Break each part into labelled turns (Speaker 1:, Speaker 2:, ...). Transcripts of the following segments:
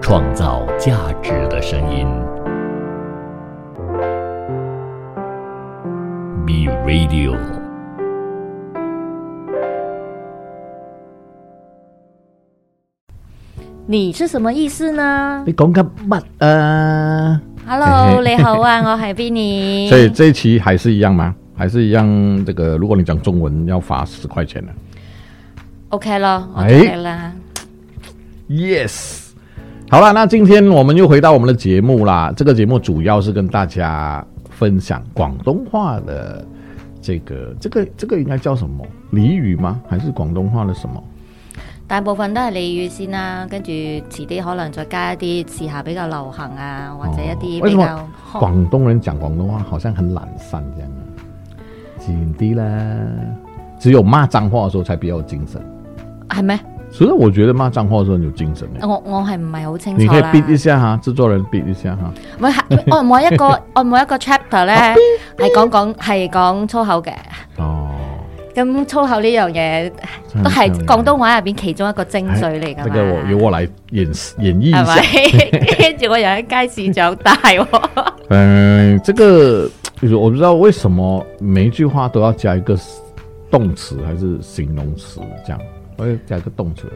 Speaker 1: 创造价值的声音。B Radio。
Speaker 2: 你是什么意思 呢
Speaker 3: 你講緊乜啊？
Speaker 2: ？Hello，你好啊，我 系 v i n n
Speaker 4: 所以这一期还是一样吗？还是一样？这个如果你讲中文要罚十啊块钱的。
Speaker 2: OK 咯
Speaker 4: 哎
Speaker 2: ，OK 啦，
Speaker 4: Yes，好了，那今天我们又回到我们的节目啦。这个节目主要是跟大家分享广东话的这个这个这个应该叫什么俚语吗？还是广东话的什么？
Speaker 2: 大部分都系俚语先啦，跟住遲啲可能再加一啲時下比較流行啊，或者一啲
Speaker 4: 为
Speaker 2: 比
Speaker 4: 哦什
Speaker 2: 較哦
Speaker 4: 么广东人讲广东话好像很懒散这样啊？紧的啦，只有骂脏话的时候才比较有精神。
Speaker 2: 係咩？
Speaker 4: 其实我觉得骂脏话的时候很有精神的。欸
Speaker 2: 我我係唔哦係好清
Speaker 4: 你
Speaker 2: 楚
Speaker 4: 可以
Speaker 2: 啦。
Speaker 4: 逼一下哈，制作人逼一下哈。
Speaker 2: 唔係按每一 個按每一個 chapter
Speaker 4: 啊
Speaker 2: 咧，係講講係講粗口嘅。
Speaker 4: 哦，
Speaker 2: 咁粗口呢樣嘢都
Speaker 4: 嗯
Speaker 2: 係
Speaker 4: 啊
Speaker 2: 廣東話入邊其中一個精髓嚟㗎嘛。
Speaker 4: 这个我由我来演演绎一
Speaker 2: 係
Speaker 4: 下。
Speaker 2: 咪？ 跟住我又喺街市長大喎。
Speaker 4: 嗯，这个我不知道为什么每一句话都要加一个动词还是形容词这样，我要加一个动词，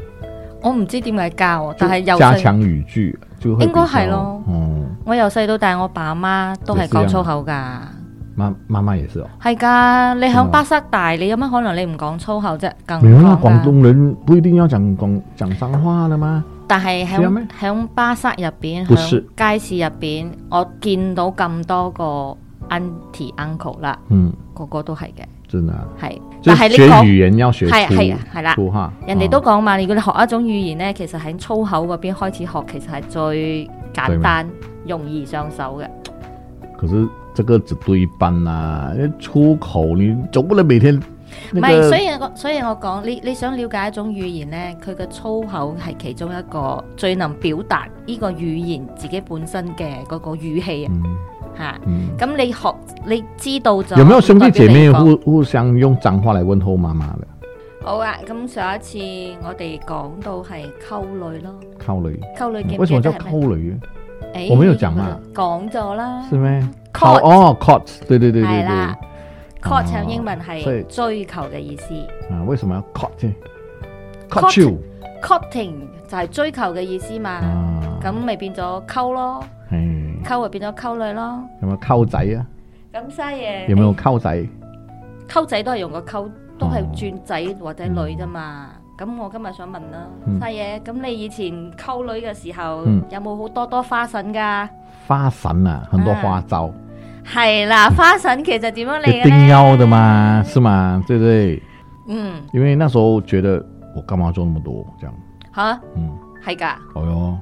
Speaker 2: 我唔知點解教我，但係
Speaker 4: 就
Speaker 2: 由
Speaker 4: 加
Speaker 2: 細
Speaker 4: 强语句就会
Speaker 2: 應該
Speaker 4: 比較
Speaker 2: 係咯
Speaker 4: 嗯，
Speaker 2: 我由細到大，我爸媽都係講
Speaker 4: 啊
Speaker 2: 粗口㗎。
Speaker 4: 妈妈妈也是哦。
Speaker 2: 係㗎，你
Speaker 4: 係
Speaker 2: 響
Speaker 4: 嘛
Speaker 2: 巴塞大，你有乜可能你唔講粗口啫？更
Speaker 4: 没有
Speaker 2: 唔
Speaker 4: 啦，
Speaker 2: 講
Speaker 4: 广
Speaker 2: 㗎。
Speaker 4: 东人不一定要讲广讲脏话的吗？
Speaker 2: 但係
Speaker 4: 有啊咩
Speaker 2: 響響巴塞入邊，
Speaker 4: 不是
Speaker 2: 響街市入邊，我見到咁多個 auntie uncle 啦，
Speaker 4: 嗯，
Speaker 2: 個個都係嘅，
Speaker 4: 真的、啊，
Speaker 2: 係。
Speaker 4: 就
Speaker 2: 但
Speaker 4: 是
Speaker 2: 係你
Speaker 4: 学
Speaker 2: 講
Speaker 4: 语言要学
Speaker 2: 係係啊
Speaker 4: 粗
Speaker 2: 係啦
Speaker 4: 粗话，
Speaker 2: 人哋
Speaker 4: 嗯
Speaker 2: 都講嘛，如果你學一種語言呢，其實喺粗口嗰邊開始學，其實係最簡單、容易上手嘅。
Speaker 4: 可是这个只对一半啦、因为出口你总不能每天
Speaker 2: 唔
Speaker 4: 那
Speaker 2: 係，
Speaker 4: 个
Speaker 2: 所以我所以我講，你你想了解一種語言呢，佢嘅粗口係其中一個最能表達呢個語言自己本身嘅嗰個語氣啊
Speaker 4: 嗯
Speaker 2: 嚇。
Speaker 4: 嗯，
Speaker 2: 咁、你學你知道就
Speaker 4: 有没有兄弟姐妹啊
Speaker 2: 代表你講
Speaker 4: 互互相用脏话来问候妈妈的？
Speaker 2: 好啊？咁上一次我哋講到係溝女咯，
Speaker 4: 靠雷，
Speaker 2: 溝女記唔
Speaker 4: 嗯为什
Speaker 2: 記
Speaker 4: 么
Speaker 2: 得係
Speaker 4: 叫靠
Speaker 2: 咩？
Speaker 4: 雷？
Speaker 2: 哎
Speaker 4: 我沒有講嘛，
Speaker 2: 講咗啦，
Speaker 4: 是咩？靠
Speaker 2: 嗯 Caught
Speaker 4: 哦，caught，對對對對
Speaker 2: 係
Speaker 4: 對，
Speaker 2: 啦
Speaker 4: 啊，
Speaker 2: 確唱英文係
Speaker 4: 所以
Speaker 2: 追求嘅意思。
Speaker 4: 為啊什麼要 caught 呢
Speaker 2: Caught
Speaker 4: ？caught you
Speaker 2: cutting 就係追求嘅意思嘛，
Speaker 4: 啊，
Speaker 2: 咁咪、變咗溝咯，
Speaker 4: 唉
Speaker 2: 溝就變咗溝女咯。
Speaker 4: 有沒有靠仔啊？
Speaker 2: 咁西嘢
Speaker 4: 有沒有靠仔？
Speaker 2: 溝仔都係用個溝，都係轉仔或者女啫嘛。咁我今日想問啦，
Speaker 4: 嗯
Speaker 2: 西嘢，咁你以前溝女嘅時候
Speaker 4: 嗯
Speaker 2: 有冇好多多花神㗎？
Speaker 4: 花神啊，很多
Speaker 2: 嗯
Speaker 4: 花招，
Speaker 2: 係啦，花神其實點樣嚟
Speaker 4: 一
Speaker 2: 嘅
Speaker 4: 定
Speaker 2: 咧
Speaker 4: 要的嘛，是嗎？對不對？
Speaker 2: 嗯，
Speaker 4: 因為那時候覺得我幹嘛做那麼多這樣，
Speaker 2: 吓，
Speaker 4: 嗯，
Speaker 2: 係㗎。
Speaker 4: 哦哟。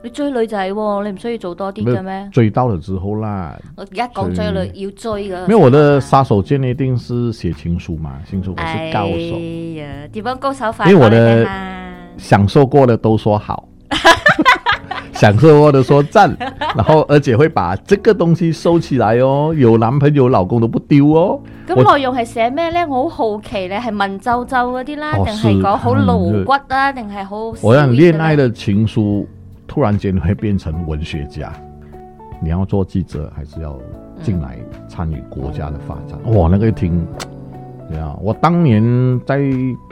Speaker 2: 你追女仔喎，你唔需要做多啲嘅咩？
Speaker 4: 追到了之后啦，
Speaker 2: 我而家講追女要追嘅。
Speaker 4: 没有我的杀手锏一定是写情书嘛，情书我是高手，
Speaker 2: 哎呀，點樣高手法？
Speaker 4: 因為我
Speaker 2: 講嚟
Speaker 4: 的
Speaker 2: 聽下
Speaker 4: 享受过的都说好， 享受过的说赞，然后而且会把这个东西收起来哦，有男朋友有老公都不丢哦。
Speaker 2: 咁內容係寫咩呢？我好好奇咧，係文绉绉嗰啲啦，
Speaker 4: 哦
Speaker 2: 定係講好
Speaker 4: 是
Speaker 2: 露骨啊，定係好
Speaker 4: 我让恋爱
Speaker 2: 的
Speaker 4: 的情书突然间会变成文学家，你要做记者还是要进来参与国家的发展？哇，那个一听。对啊，我当年在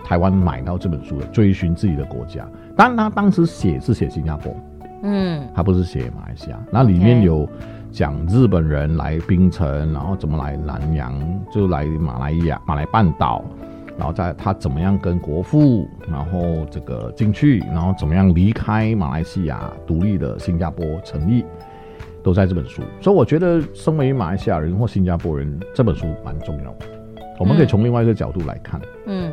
Speaker 4: 台湾买到这本书的《追寻自己的国家》，当然他当时写是写新加坡，
Speaker 2: 嗯
Speaker 4: 他不是写马来西亚。那里面
Speaker 2: OK
Speaker 4: 有讲日本人来槟城，然后怎么来南洋，就来马来亚、马来半岛，然后在他怎么样跟国父，然后这个进去，然后怎么样离开马来西亚，独立的新加坡成立。都在这本书，所以我觉得身为马来西亚人或新加坡人，这本书蛮重要的。我们可以从另外一个角度来看，
Speaker 2: 嗯，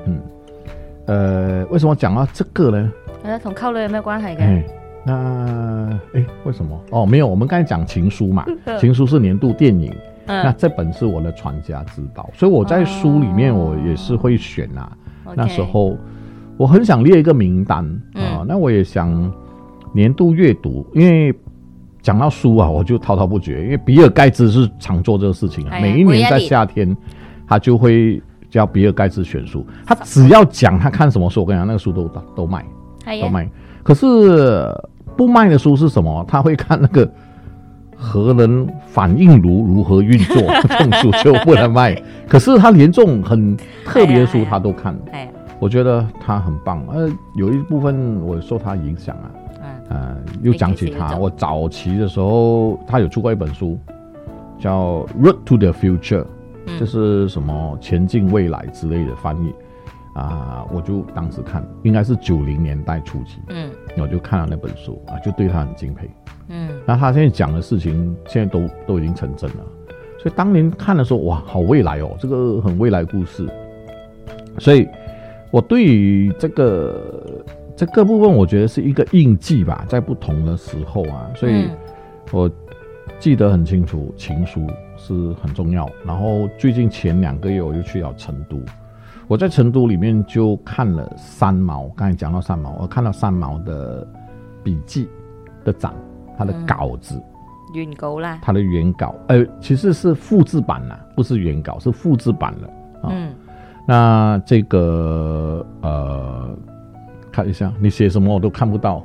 Speaker 4: 呃，为什么讲到这个呢？
Speaker 2: 係啦，同溝女有咩關係嘅？
Speaker 4: 哎，那哎，为什么？哦，没有，我们刚才讲《情书》嘛，
Speaker 2: 嗯
Speaker 4: 《情书》是年度电影，那
Speaker 2: 嗯，
Speaker 4: 这本是我的传家之宝，所以我在书里面
Speaker 2: 哦
Speaker 4: 我也是会选啊。那
Speaker 2: OK
Speaker 4: 时候我很想列一个名单啊、
Speaker 2: 嗯
Speaker 4: 那我也想年度阅读，因为。讲到书啊，我就滔滔不绝，因为比尔盖茨是常做这个事情啊。
Speaker 2: 哎呀
Speaker 4: 每一年在夏天，他就会叫比尔盖茨选书。他只要讲他看什么书，我跟你讲，那个书都都卖。
Speaker 2: 係
Speaker 4: 都
Speaker 2: 啊，
Speaker 4: 卖。可是不卖的书是什么？他会看那 个核能反应炉如何运作，这种书就不 能卖。可是他连这种很特别的
Speaker 2: 哎
Speaker 4: 书
Speaker 2: 呀
Speaker 4: 他都看，
Speaker 2: 系啊，
Speaker 4: 我觉得他很棒。呃，有一部分我受他影响啊，
Speaker 2: 嗯
Speaker 4: 呃，又讲起
Speaker 2: 你可以写一
Speaker 4: 他，
Speaker 2: 种
Speaker 4: 我早期的时候他有出过一本书，叫《Road to the Future》，
Speaker 2: 嗯
Speaker 4: 这是什么前进未来之类的翻译啊、我就当时看，应该是九零年代初期，
Speaker 2: 嗯
Speaker 4: 我就看了那本书啊，就对他很敬佩。
Speaker 2: 嗯，
Speaker 4: 那他现在讲的事情，现在都都已经成真了。所以当年看的时候，哇，好未来哦，这个很未来故事。所以，我对于这个这个部分，我觉得是一个印记吧，在不同的时候啊，所以
Speaker 2: 嗯
Speaker 4: 我记得很清楚，情书是很重要。然后最近前两个月，我就去了成都。我在成都里面就看了三毛，刚才讲到三毛，我看到三毛的笔记的展，他的
Speaker 2: 嗯
Speaker 4: 稿子，
Speaker 2: 原稿啦，
Speaker 4: 它的原稿，呃，其实是复制版啦，不是原稿，是复制版了。啊
Speaker 2: 嗯
Speaker 4: 那这个呃，看一下，你写什么我都看不到，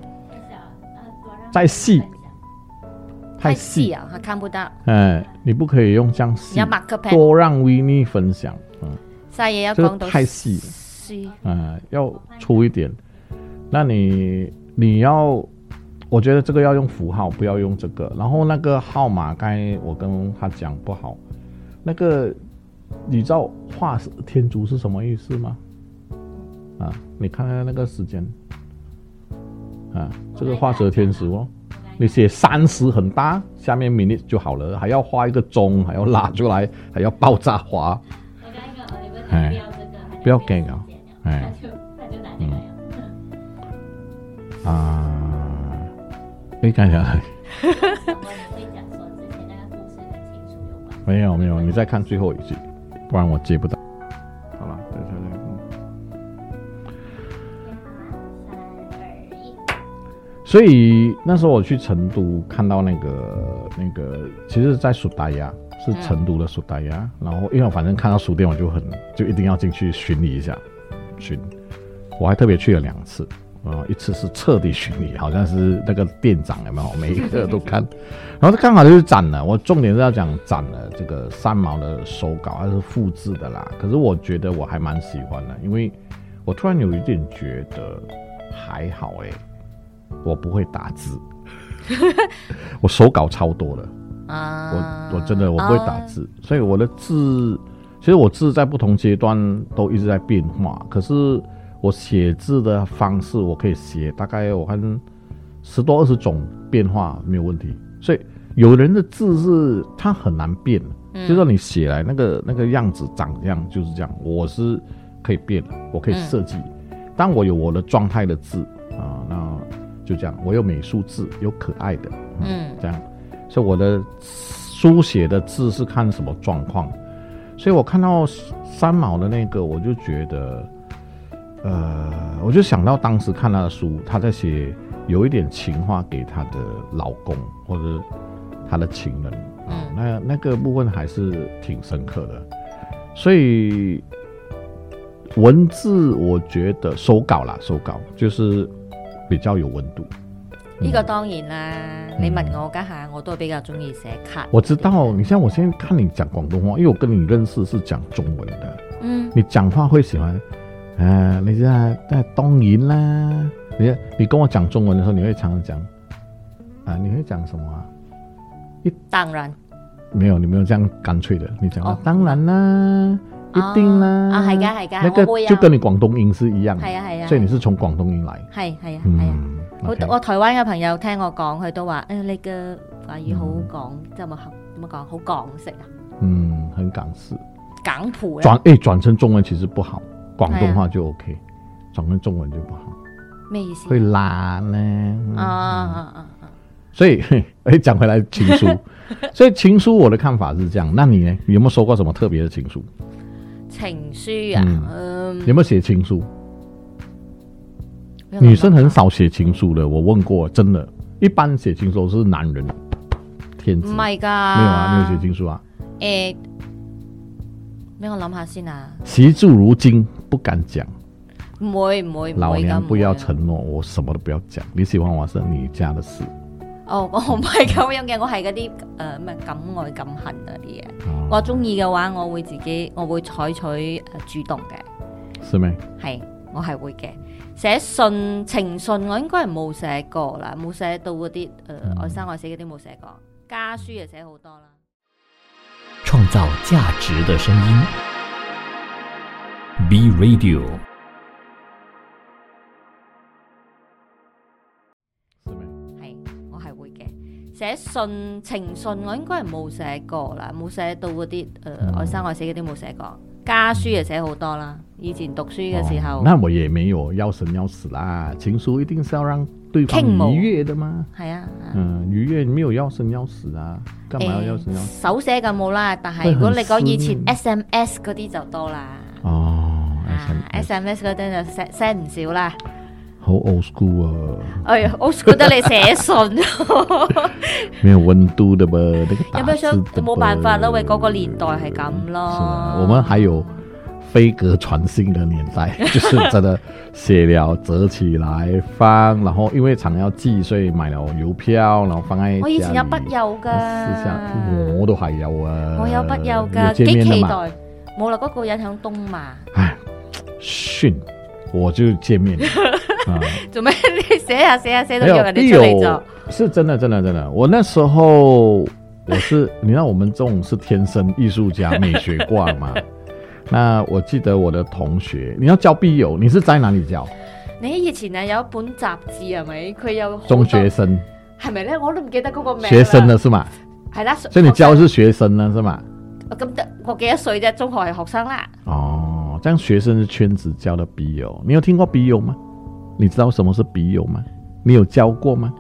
Speaker 4: 再细，太细，
Speaker 2: 啊，他看不到，
Speaker 4: 哎、你不可以用这样
Speaker 2: 你
Speaker 4: 细
Speaker 2: 有，马克笔，
Speaker 4: 多让维尼分享，嗯
Speaker 2: 晒嘢有
Speaker 4: 这个
Speaker 2: 講到
Speaker 4: 太细了
Speaker 2: 書
Speaker 4: 嗯、呃要粗一点。那你你要，我觉得这个要用符号，不要用这个。然后那个号码，刚才我跟他讲不好，那个你知道画天竺是什么意思吗？啊，你看看那个时间，啊，这个画蛇添足哦。你写三十很大，下面 minute 就好了，还要画一个钟，还要拉出来，还要爆炸花，哎，不要给啊，哎，嗯，啊，哎，刚才讲 哪里没有没有，你再看最后一句，不然我接不到。好了，等一下再看。所以那时候我去成都看到那个那个，其实，在苏达亚是成都的苏达亚，然后因为我反正看到书店，我就很就一定要进去巡礼一下，巡。我还特别去了两次，啊、一次是彻底巡礼，好像是那个店长有没有，每一个都看，然后刚好就是展了。我重点是要讲展了这个三毛的手稿，它是复制的啦。可是我觉得我还蛮喜欢的，因为我突然有一点觉得还好哎、我不会打字， 我手稿超多了。
Speaker 2: 啊，
Speaker 4: 我我真的我不会打字，所以我的字，其实我字在不同阶段都一直在变化。可是我写字的方式，我可以写大概我看十多二十种变化没有问题。所以有人的字是它很难变，
Speaker 2: 嗯
Speaker 4: 就说你写来那个那个样子长样就是这样，我是可以变的，我可以设计。
Speaker 2: 嗯
Speaker 4: 当我有我的状态的字啊、那就这样，我有美术字，有可爱的，啊
Speaker 2: 嗯
Speaker 4: 这样，所以我的书写的字是看什么状况。所以我看到三毛的那个，我就觉得，呃，我就想到当时看他的书，他在写有一点情话给他的老公或者他的情人啊、
Speaker 2: 嗯
Speaker 4: 那那个部分还是挺深刻的。所以文字，我觉得手稿啦，手稿就是比较有温度。
Speaker 2: 呢個當然啦，你問我家下我都係比較中意寫卡，
Speaker 4: 我知道，你像我现在看你讲广东话，因为我跟你认识是讲中文的，
Speaker 2: 嗯
Speaker 4: 你讲话会喜欢，呃，你在在当然啦，你你跟我讲中文的时候，你会常常讲，啊、你会讲什么啊？
Speaker 2: 當然
Speaker 4: 没有，你没有这样干脆的，你讲、
Speaker 2: 哦
Speaker 4: 当然啦，一定啦，
Speaker 2: 哦啊係㗎係㗎
Speaker 4: 那
Speaker 2: 我會
Speaker 4: 个
Speaker 2: 啊
Speaker 4: 就跟你广东音是一样的，
Speaker 2: 係啊係啊，
Speaker 4: 所以你是从广东音来，
Speaker 2: 係係啊係啊。
Speaker 4: 嗯，
Speaker 2: 好
Speaker 4: OK
Speaker 2: 多我台灣嘅朋友聽我講，佢都話：誒你嘅華語好講，即係咪好點樣講？好港式啊，
Speaker 4: 嗯，很港式。
Speaker 2: 港普
Speaker 4: 转
Speaker 2: 啊，
Speaker 4: 哎、转成中文其实不好，广东话就 OK，转成中文就不好。
Speaker 2: 咩意思
Speaker 4: 会？拉呢。
Speaker 2: 啊
Speaker 4: 嗯
Speaker 2: 啊啊啊！
Speaker 4: 所以， 哎，讲回来情 书，所以情书我的看法是这样。那你呢？有没有收过什么特别的情书？
Speaker 2: 情書啊，嗯，
Speaker 4: 有没有写情书？
Speaker 2: 啊
Speaker 4: 女生很少写情书的，我问过，真的，一般写情书是男人，天
Speaker 2: 唔
Speaker 4: 子。
Speaker 2: 係㗎，沒
Speaker 4: 没有啊，没有写情书啊。
Speaker 2: 诶，俾我諗下先啊，
Speaker 4: 习住如今不敢讲，
Speaker 2: 唔會唔會唔
Speaker 4: 老
Speaker 2: 會咁
Speaker 4: 娘
Speaker 2: 唔
Speaker 4: 不
Speaker 2: 會
Speaker 4: 要
Speaker 2: 咁
Speaker 4: 承诺，我什么都不要讲。你喜欢我是你家的事。
Speaker 2: 哦，我唔係咁樣嘅，我係嗰啲誒咩敢愛敢恨嗰啲嘢。
Speaker 4: 哦
Speaker 2: 我中意嘅話，我會自己，我會採取誒主動嘅，
Speaker 4: 是咩？
Speaker 2: 係我係會嘅。寫信情信我應該係冇寫過啦，冇寫到嗰啲
Speaker 4: 嗯
Speaker 2: 誒愛生愛死嗰啲冇寫過，家書就寫好多啦。
Speaker 1: 创造价值的声音。B Radio。
Speaker 4: 是咩？
Speaker 2: 係我係會嘅。寫信情信我應該係冇寫過啦，冇寫到嗰啲
Speaker 4: 嗯
Speaker 2: 誒愛生愛死嗰啲冇寫過，家書就寫好多啦。以前讀書嘅時候
Speaker 4: 哦，那我也没有要生要死啦。情书一定是要让对方
Speaker 2: 傾慕
Speaker 4: 愉悦的嘛。
Speaker 2: 係啊。啊
Speaker 4: 嗯，愉悦没有要生要死啊，干
Speaker 2: 哎
Speaker 4: 嘛要要生要死？
Speaker 2: 手寫嘅冇啦，但 係
Speaker 4: 喂
Speaker 2: 如果你講以前
Speaker 4: 很
Speaker 2: SMS 嗰啲就多 啦。
Speaker 4: 哦
Speaker 2: 啊
Speaker 4: SMS
Speaker 2: ，SMS 嗰啲就 send send 唔少啦。
Speaker 4: 好 old school 啊，
Speaker 2: 哎呀，我覺得你寫信，
Speaker 4: 没有温度的吧？那个打
Speaker 2: 有冇
Speaker 4: 字
Speaker 2: 想
Speaker 4: 的吧
Speaker 2: 冇辦法咯？喂，嗰個年代係咁
Speaker 4: 是啊
Speaker 2: 咯。
Speaker 4: 我们還有飞鸽传信的年 代，就是真的写了折起来放，然后因为常要寄，所以买了邮票，然后放在
Speaker 2: 我以前有
Speaker 4: 家里啊
Speaker 2: 筆友㗎，
Speaker 4: 私下我都還有啊，
Speaker 2: 我有筆友
Speaker 4: 有
Speaker 2: 㗎，
Speaker 4: 见
Speaker 2: 幾
Speaker 4: 面的
Speaker 2: 期
Speaker 4: 嘛？
Speaker 2: 待。冇啦，嗰個人響東馬，
Speaker 4: 唉，訓，我就见面了啊。
Speaker 2: 做咩你寫下寫下寫到
Speaker 4: 沒有
Speaker 2: 約人哋出嚟
Speaker 4: 有
Speaker 2: 就？
Speaker 4: 是真的，真的，真的。我那时候我是， 你知道我们这种是天生艺术家、美学挂 嘛。那我记得我的同学，你要交笔友，你是在哪里交？
Speaker 2: 你以前啊有一本雜誌係咪？佢有好多
Speaker 4: 中學生，
Speaker 2: 係咪咧？我都唔記得嗰個名啦。
Speaker 4: 学生的是嘛？
Speaker 2: 係啦，
Speaker 4: 所以你交的是学生呢，是嘛？
Speaker 2: 咁得我幾多歲啫？中學係學生 啦，
Speaker 4: 哦，这样学生是圈子交的笔友，你有听过笔友吗？你知道什么是笔友吗？你有交过吗？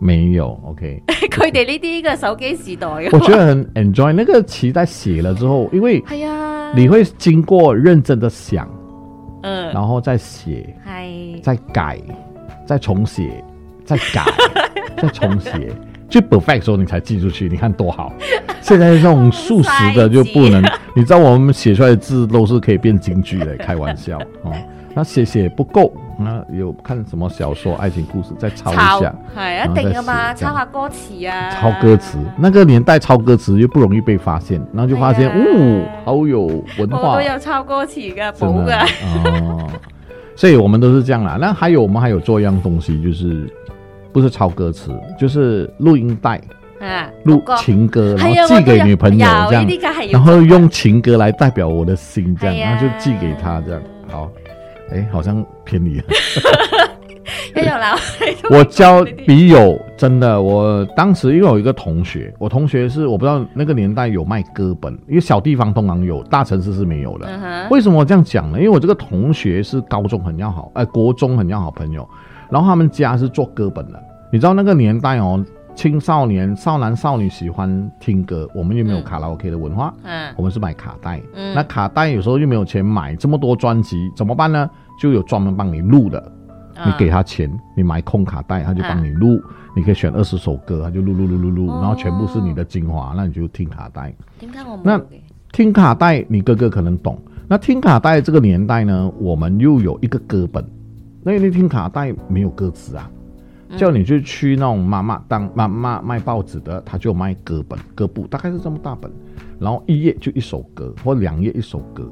Speaker 4: 没有，OK。
Speaker 2: 佢哋呢啲嘅手機時代嘅。
Speaker 4: 我觉得很 enjoy 那个期待写了之后，因为
Speaker 2: 係啊，
Speaker 4: 你會經過認真的想，
Speaker 2: 嗯
Speaker 4: 然後再寫，
Speaker 2: 係
Speaker 4: 再改，再重寫，再 改，再重寫，就 perfect 的时候你才寄出去，你看 多好。现在这种速食的就不能，你知道我们写出来的字都是可以变京剧的，开 玩笑哦。那写写不够，那有看什么小说、爱情故事再抄一下，
Speaker 2: 係一定噶嘛，
Speaker 4: 然後再寫
Speaker 2: 抄下歌詞啊，
Speaker 4: 抄歌詞。那个年代抄歌詞又不容易被发现，然后就发现，
Speaker 2: 哎呀
Speaker 4: 哦，好有文
Speaker 2: 我
Speaker 4: 化
Speaker 2: 都。有抄歌詞噶，
Speaker 4: 真
Speaker 2: 補
Speaker 4: 的
Speaker 2: 噶。
Speaker 4: 哦，所以我们都是这样啦。那还有我们还有做一样东西，就是不是抄歌词，就是录音带
Speaker 2: 啊，
Speaker 4: 录
Speaker 2: 歌
Speaker 4: 情歌，然
Speaker 2: 係啊，
Speaker 4: 后寄
Speaker 2: 我都
Speaker 4: 给
Speaker 2: 有
Speaker 4: 女朋友
Speaker 2: 有
Speaker 4: 这样
Speaker 2: 呢，啲梗係要
Speaker 4: 然后用情歌来代表我的心这样，
Speaker 2: 哎呀
Speaker 4: 然后就寄给她这样。好，哎，好像偏离了。
Speaker 2: 一樣啦。
Speaker 4: 我交笔友真的，我当时因为我有一个同学，我同学是我不知道那个年代有卖歌本，因为小地方通常有，大城市是没有的。
Speaker 2: 嗯哼，
Speaker 4: 为什么我这样讲呢？因为我这个同学是高中很要好，哎、国中很要好朋友，然后他们家是做歌本的。你知道那个年代哦，青少年、少男少女喜欢听歌，我们又没有
Speaker 2: 嗯
Speaker 4: 卡拉 OK 的文化，
Speaker 2: 嗯
Speaker 4: 我们是买卡带。
Speaker 2: 嗯
Speaker 4: 那卡带有时候又没有钱买这么多专辑，怎么办呢？就有专门帮你录的，
Speaker 2: 啊
Speaker 4: 你给他钱，你买空卡带，他就帮你录，你可以选二十首歌，他就录录录录录，
Speaker 2: 嗯哦
Speaker 4: 然后全部是你的精华，那你就听卡带。
Speaker 2: 點解我冇
Speaker 4: 那
Speaker 2: 嘅？
Speaker 4: 听卡带，你哥哥可能懂。那听卡带这个年代呢，我们又有一个歌本，那你听卡带没有歌词啊，叫你就去那种妈妈当妈妈卖报纸的，他就卖歌本、歌簿，大概是这么大本，然后一页就一首歌或两页一首歌，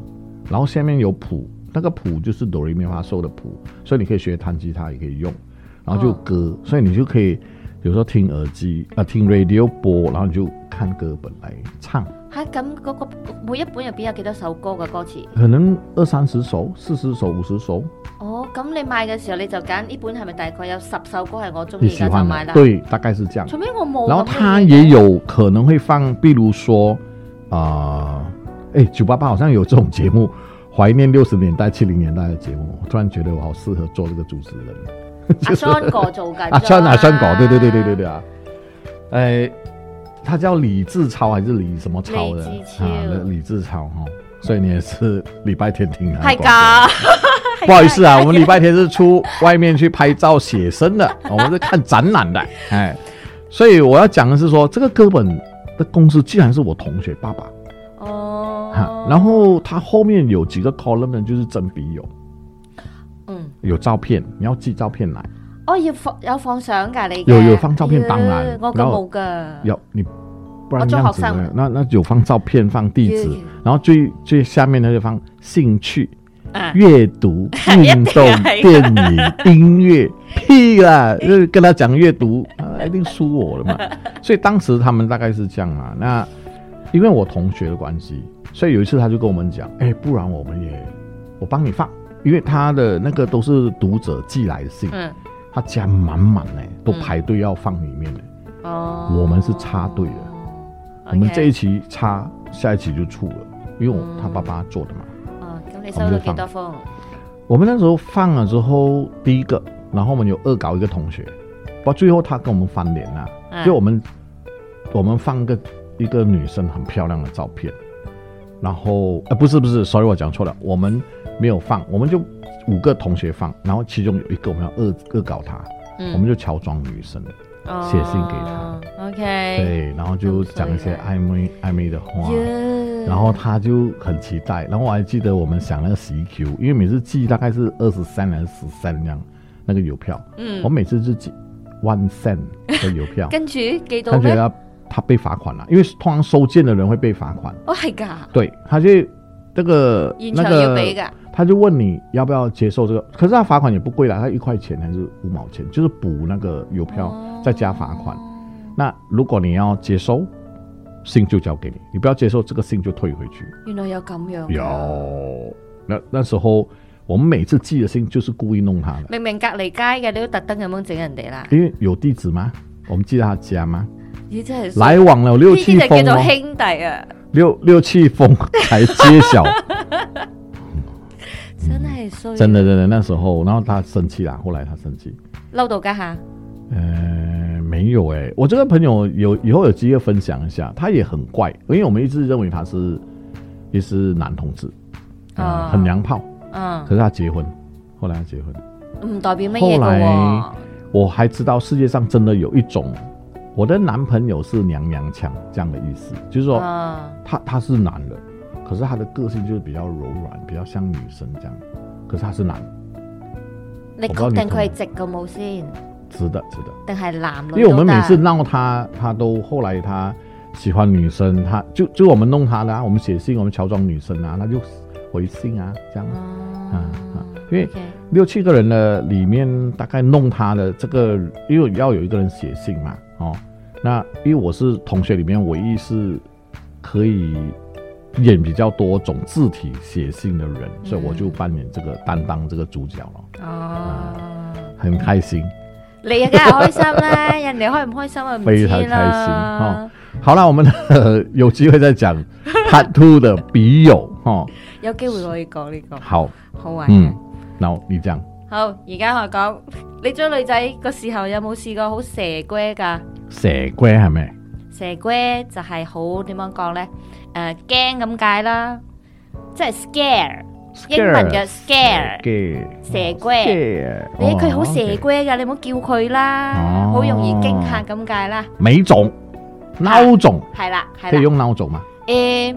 Speaker 4: 然后下面有谱，那个谱就是哆来咪发嗦的谱，所以你可以学弹吉他，也可以用，然后就有歌，所以你就可以有时候听耳机啊、呃听 radio 播，然后你就看歌本来唱。
Speaker 2: 嚇咁嗰個每一本入邊有幾多首歌嘅歌詞？
Speaker 4: 可能二三十首、四十首、五十首，
Speaker 2: 哦，咁你買嘅時候你就揀呢本係咪大概有十首歌係我中
Speaker 4: 你
Speaker 2: 意
Speaker 4: 喜
Speaker 2: 嘅就
Speaker 4: 欢
Speaker 2: 買
Speaker 4: 的，
Speaker 2: 啦。，
Speaker 4: 对，大概是这样
Speaker 2: 除。非我冇。
Speaker 4: 然后它也。有可能会放，比如说，啊、呃，哎，九八八好像有这种节目，怀念六十年代、七零年代的节目。我突然觉得我好适合做这个主持人。
Speaker 2: 阿 Sean 哥做緊。
Speaker 4: 阿川啊，川搞，对对对对对对。啊，哎，他叫李志超还是李什么超的
Speaker 2: 李志超
Speaker 4: 啊？李志超哈、哦，所以你也是礼拜天听他的
Speaker 2: 係
Speaker 4: 广播。
Speaker 2: 㗎，
Speaker 4: 不好意思啊，我们礼拜天是出外面去拍照写生的，我们是看展览的，哎，所以我要讲的是说，这个哥本的公司既然是我同学爸爸，哈、
Speaker 2: 哦。
Speaker 4: 然后他后面有几个 column 呢，就是真笔友，
Speaker 2: 嗯，
Speaker 4: 有照片，你要寄照片来。
Speaker 2: 哦，要放有放相㗎你嘅
Speaker 4: 有有放照片當
Speaker 2: 咦
Speaker 4: 然
Speaker 2: 我咁
Speaker 4: 然後
Speaker 2: 冇㗎，
Speaker 4: 要你不
Speaker 2: 嗯
Speaker 4: 然
Speaker 2: 哦
Speaker 4: 这
Speaker 2: 做
Speaker 4: 样
Speaker 2: 好
Speaker 4: 子
Speaker 2: 上
Speaker 4: 呢
Speaker 2: 门
Speaker 4: 那那有放照片、放地址
Speaker 2: 有有，
Speaker 4: 然后最最下面的就放兴趣、
Speaker 2: 啊
Speaker 4: 阅读、运动
Speaker 2: 係、
Speaker 4: 电 影、音乐，屁啦！就是跟他讲阅读，啊一定输我了 嘛。所以当时他们大概是这样啊。那因为我同学的关系，所以有一次他就跟我们讲，哎、不然我们也我帮你放，因为他的那个都是读者寄来的信，
Speaker 2: 嗯，
Speaker 4: 他家满满呢，都排队要放里面呢。
Speaker 2: 哦，
Speaker 4: 我们是插队的
Speaker 2: Ờ. OK。
Speaker 4: 我们这一期插，下一期就出了，因为我
Speaker 2: 嗯
Speaker 4: 他爸爸做的嘛。
Speaker 2: 哦，咁你
Speaker 4: 我
Speaker 2: 收
Speaker 4: 們
Speaker 2: 到
Speaker 4: 就
Speaker 2: 幾
Speaker 4: 放
Speaker 2: 多封？
Speaker 4: 我们那时候放了之后，第一个，然后我们有恶搞一个同学，不过最后他跟我们翻脸了、
Speaker 2: 嗯
Speaker 4: 就我们我们放个一个女生很漂亮的照片，然后呃不是不是，sorry 我讲错了，我们没有放，我们就五个同学放，然后其中有一个我们要恶恶搞他，
Speaker 2: 嗯
Speaker 4: 我们就乔装女生，
Speaker 2: 哦
Speaker 4: 写信給他
Speaker 2: Ờ. ，OK，
Speaker 4: 对，然后就
Speaker 2: 嗯所以
Speaker 4: 讲一些
Speaker 2: 呢
Speaker 4: 暧昧暧昧的话。
Speaker 2: 耶
Speaker 4: 然后他就很期待，然后我还记得我们想那个十一 Q，因为每次寄大概是二十三还是十三样那个邮票，
Speaker 2: 嗯
Speaker 4: 我，每次就寄 one cent 的邮票，
Speaker 2: 跟住寄到
Speaker 4: 他觉
Speaker 2: 咩？
Speaker 4: 得他被罚款了，因为通常收件的人会被罚款，
Speaker 2: 哦，係㗎，
Speaker 4: 对，他就那个
Speaker 2: 現
Speaker 4: 那
Speaker 2: 場要俾
Speaker 4: 个
Speaker 2: 㗎，
Speaker 4: 他就问你要不要接受这个，可是他罚款也不贵啦，他一块钱还是五毛钱，就是补那个邮票
Speaker 2: 哦
Speaker 4: 再加罚款。那如果你要接收，信就交给你，你不要接受这个信就退回去。
Speaker 2: 原來有咁樣㗎，
Speaker 4: 有，那那时候我们每次寄的信就是故意弄他的，
Speaker 2: 明明隔離街嘅，你都特登咁樣整人哋啦，
Speaker 4: 因为有地址吗？我们寄到他家吗？
Speaker 2: 咦真係
Speaker 4: 来往了
Speaker 2: 呢
Speaker 4: 六
Speaker 2: 啲
Speaker 4: 七
Speaker 2: 就
Speaker 4: 封
Speaker 2: 叫做
Speaker 4: 哦，
Speaker 2: 兄弟啊，
Speaker 4: 六六七封才揭晓，
Speaker 2: 真係衰，
Speaker 4: 真的真的那时候，然后他生气啦，后来他生气，
Speaker 2: 嬲到家下，
Speaker 4: 呃，没有哎、我这个朋友有以后有机会分享一下，他也很怪，因为我们一直认为他是也是男同志，
Speaker 2: 哦
Speaker 4: 啊、很娘炮，
Speaker 2: 嗯
Speaker 4: 可，是他结婚，后来他结婚。
Speaker 2: 唔代表乜嘢㗎
Speaker 4: 後
Speaker 2: 喎，
Speaker 4: 我还知道世界上真的有一种，我的男朋友是娘娘腔这样的意思，就是说、
Speaker 2: 嗯
Speaker 4: 他他是男的，可是他的个性就是比较柔软，比较像女生这样，可是他是男，
Speaker 2: 你
Speaker 4: 我不知道
Speaker 2: 確
Speaker 4: 你
Speaker 2: 定佢係
Speaker 4: 同
Speaker 2: 直嘅冇先，
Speaker 4: 值得值得，
Speaker 2: 定係男女都
Speaker 4: 因为我们每次
Speaker 2: 得
Speaker 4: 闹他，他都后来他喜欢女生，他就就我们弄他的、啊，我们写信，我们乔装女生啊，他就回信啊这样，
Speaker 2: 哦
Speaker 4: 啊啊，因为
Speaker 2: OK
Speaker 4: 六七个人的里面，大概弄他的这个，因为要有一个人写信嘛，哦，那因为我是同学里面唯一是可以演比较多种字体写信的人，
Speaker 2: 嗯
Speaker 4: 所以我就扮演这个担当这个主角了，
Speaker 2: 哦。
Speaker 4: 很开心。
Speaker 2: 你啊，梗係開心 啦，人哋開唔開心啊，唔
Speaker 4: 非
Speaker 2: 知
Speaker 4: 常开心
Speaker 2: 啦
Speaker 4: 哦。好了，我们 有机会再讲 Part Two 的笔友哦。
Speaker 2: 有機會可以講呢個，
Speaker 4: 好，
Speaker 2: 好玩嘅
Speaker 4: 嗯。，那你讲，
Speaker 2: 好，而家我講，你追女仔個時候有冇試過好蛇龜㗎？
Speaker 4: 蛇龟系咪？
Speaker 2: 蛇龜就係好點樣講呢？誒驚咁解啦，即係 scare，英文嘅 scare。蛇
Speaker 4: 哦
Speaker 2: 龜你佢好蛇龜㗎，你唔好叫佢啦，
Speaker 4: 哦
Speaker 2: 好容易驚嚇咁解啦。
Speaker 4: 每种孬种
Speaker 2: 係啊啦，係
Speaker 4: 可以
Speaker 2: 啦。
Speaker 4: 用孬种吗？
Speaker 2: 誒，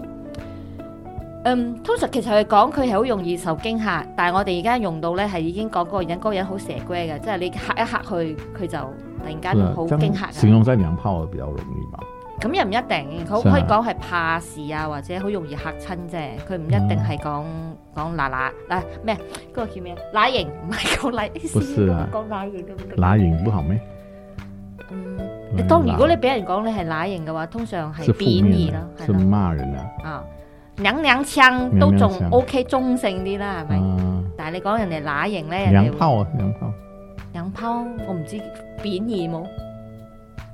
Speaker 2: 嗯，通常其實佢講佢係好容易受驚嚇，但係我哋而家用到咧係已經講嗰個人，嗰個人好蛇龜嘅，即係你嚇一嚇佢，佢就突然
Speaker 4: 是
Speaker 2: 間
Speaker 4: 啊
Speaker 2: 好
Speaker 4: 这
Speaker 2: 驚
Speaker 4: 样
Speaker 2: 嚇
Speaker 4: 形
Speaker 2: 㗎。
Speaker 4: 容在娘炮的比较容易吧？
Speaker 2: 咁又唔一定，佢
Speaker 4: 是啊
Speaker 2: 可以講係怕事啊，或者好容易嚇親啫。佢唔一定
Speaker 4: 嗯
Speaker 2: 係講講嗱嗱嗱咩嗰個叫咩乸型，唔係講乸，
Speaker 4: 不是 啊
Speaker 2: 講乸型都唔得
Speaker 4: 拿影不好咩？
Speaker 2: 嗯你當
Speaker 4: 拿
Speaker 2: 如果你俾人講你係乸型嘅話，通常係
Speaker 4: 是负
Speaker 2: 貶義
Speaker 4: 面
Speaker 2: 啦，
Speaker 4: 的，
Speaker 2: 係
Speaker 4: 是
Speaker 2: 啦。
Speaker 4: 骂人的。
Speaker 2: 啊，娘娘腔都仲
Speaker 4: 娘娘腔
Speaker 2: OK 中性啲啦，係咪？
Speaker 4: 啊，
Speaker 2: 但係你講人哋乸型咧，人哋
Speaker 4: 娘
Speaker 2: 會
Speaker 4: 炮啊，娘炮
Speaker 2: 娘炮，我唔知貶義冇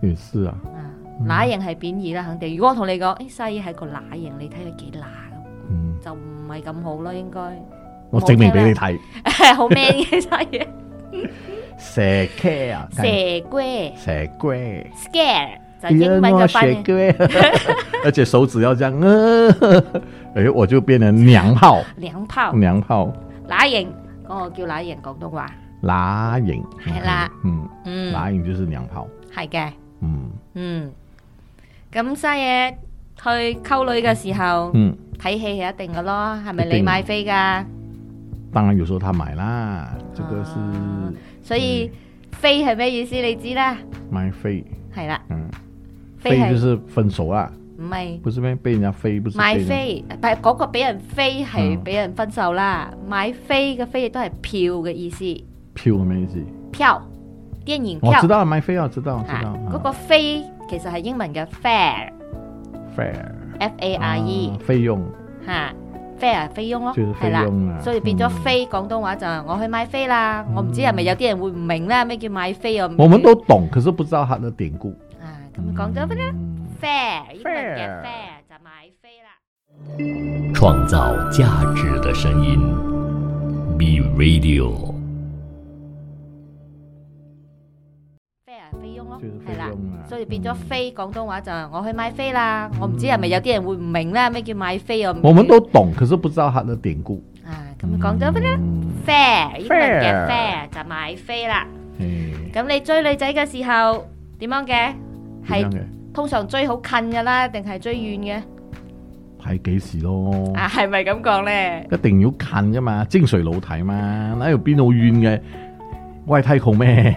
Speaker 4: 也是啊。
Speaker 2: 啊，乸型係貶義啦，肯定。如果我同你講，誒西係個乸型，你睇佢幾乸咁，
Speaker 4: 嗯，
Speaker 2: 就唔係咁好咯，應該
Speaker 4: 我证明俾你睇，
Speaker 2: 好 man 嘅西嘢，
Speaker 4: 蛇龜啊，
Speaker 2: 蛇龜
Speaker 4: 蛇龜，哎
Speaker 2: scare 就係英文嘅
Speaker 4: 蛇
Speaker 2: 發音。
Speaker 4: 龜，而且手指要这样，呃 哎，我就变成娘炮，
Speaker 2: 娘炮、
Speaker 4: 娘炮
Speaker 2: 乸型，嗰個叫乸型廣東話，
Speaker 4: 拿影，
Speaker 2: 係啦，
Speaker 4: 嗯，
Speaker 2: 嗯，
Speaker 4: 拿影就是娘炮，
Speaker 2: 係嘅，
Speaker 4: 嗯
Speaker 2: 嗯。咁西嘢去溝女嘅時候。
Speaker 4: 嗯。
Speaker 2: 睇戲係一定嘅咯，係咪
Speaker 4: 一
Speaker 2: 你
Speaker 4: 定
Speaker 2: 買飛㗎？
Speaker 4: 当然有时候他买啦，这个是
Speaker 2: 啊所以飛係咩意思？你知啦，
Speaker 4: 买飞，
Speaker 2: 係啦，
Speaker 4: 嗯，
Speaker 2: 飛
Speaker 4: 飞就
Speaker 2: 係
Speaker 4: 是分手啊，
Speaker 2: 唔係
Speaker 4: 不是咩被人家飞，不是
Speaker 2: 買
Speaker 4: 被人
Speaker 2: 飛？但係嗰個俾人飛係
Speaker 4: 嗯
Speaker 2: 俾人分手啦，買飛嘅飛亦都係票嘅意思，
Speaker 4: 票咁嘅意思。
Speaker 2: 票，電影
Speaker 4: 我
Speaker 2: 票
Speaker 4: 知道买飞啊，知道知
Speaker 2: 啊
Speaker 4: 道。
Speaker 2: 嗰個飛其實係英文嘅 fare，F
Speaker 4: fair 啊
Speaker 2: A R E。
Speaker 4: 费用
Speaker 2: 嚇飛啊飛翁咯，
Speaker 4: 就是
Speaker 2: 係
Speaker 4: 菲
Speaker 2: 啦
Speaker 4: 傭啦，
Speaker 2: 所以變咗
Speaker 4: 嗯
Speaker 2: 飛廣東話就係我去買飛啦。我唔知係咪有啲人會唔明啦，咩叫買飛啊？
Speaker 4: 我们都懂，可是不知道它的典故。
Speaker 2: 啊咁講咗咩
Speaker 4: 嗯
Speaker 2: fair 英文嘅
Speaker 4: Fair
Speaker 2: fair 就買飛啦。
Speaker 1: 创造价值的声音，B Radio。
Speaker 2: fair 飛啊翁咯
Speaker 4: 就是，菲
Speaker 2: 係啦
Speaker 4: 傭啦，
Speaker 2: 所以變咗
Speaker 4: 嗯
Speaker 2: 飛廣東話就係我去買飛啦。我唔知係咪有啲人會唔明啦，咩叫買飛啊？
Speaker 4: 我们都懂，可是不知道它的典故。
Speaker 2: 啊咁講咗咩
Speaker 4: 嗯
Speaker 2: fair 英文嘅
Speaker 4: Fair
Speaker 2: fair 就買飛啦。
Speaker 4: 嘿
Speaker 2: 咁你追女仔嘅時候點樣嘅？
Speaker 4: 點
Speaker 2: 係
Speaker 4: 樣嘅？
Speaker 2: 通常追好近㗎啦，定係追遠嘅？
Speaker 4: 睇幾時咯？
Speaker 2: 啊，係咪咁講咧？
Speaker 4: 一定要近啫嘛，精髓老睇嘛，喺度邊度遠嘅？喂，睇好咩？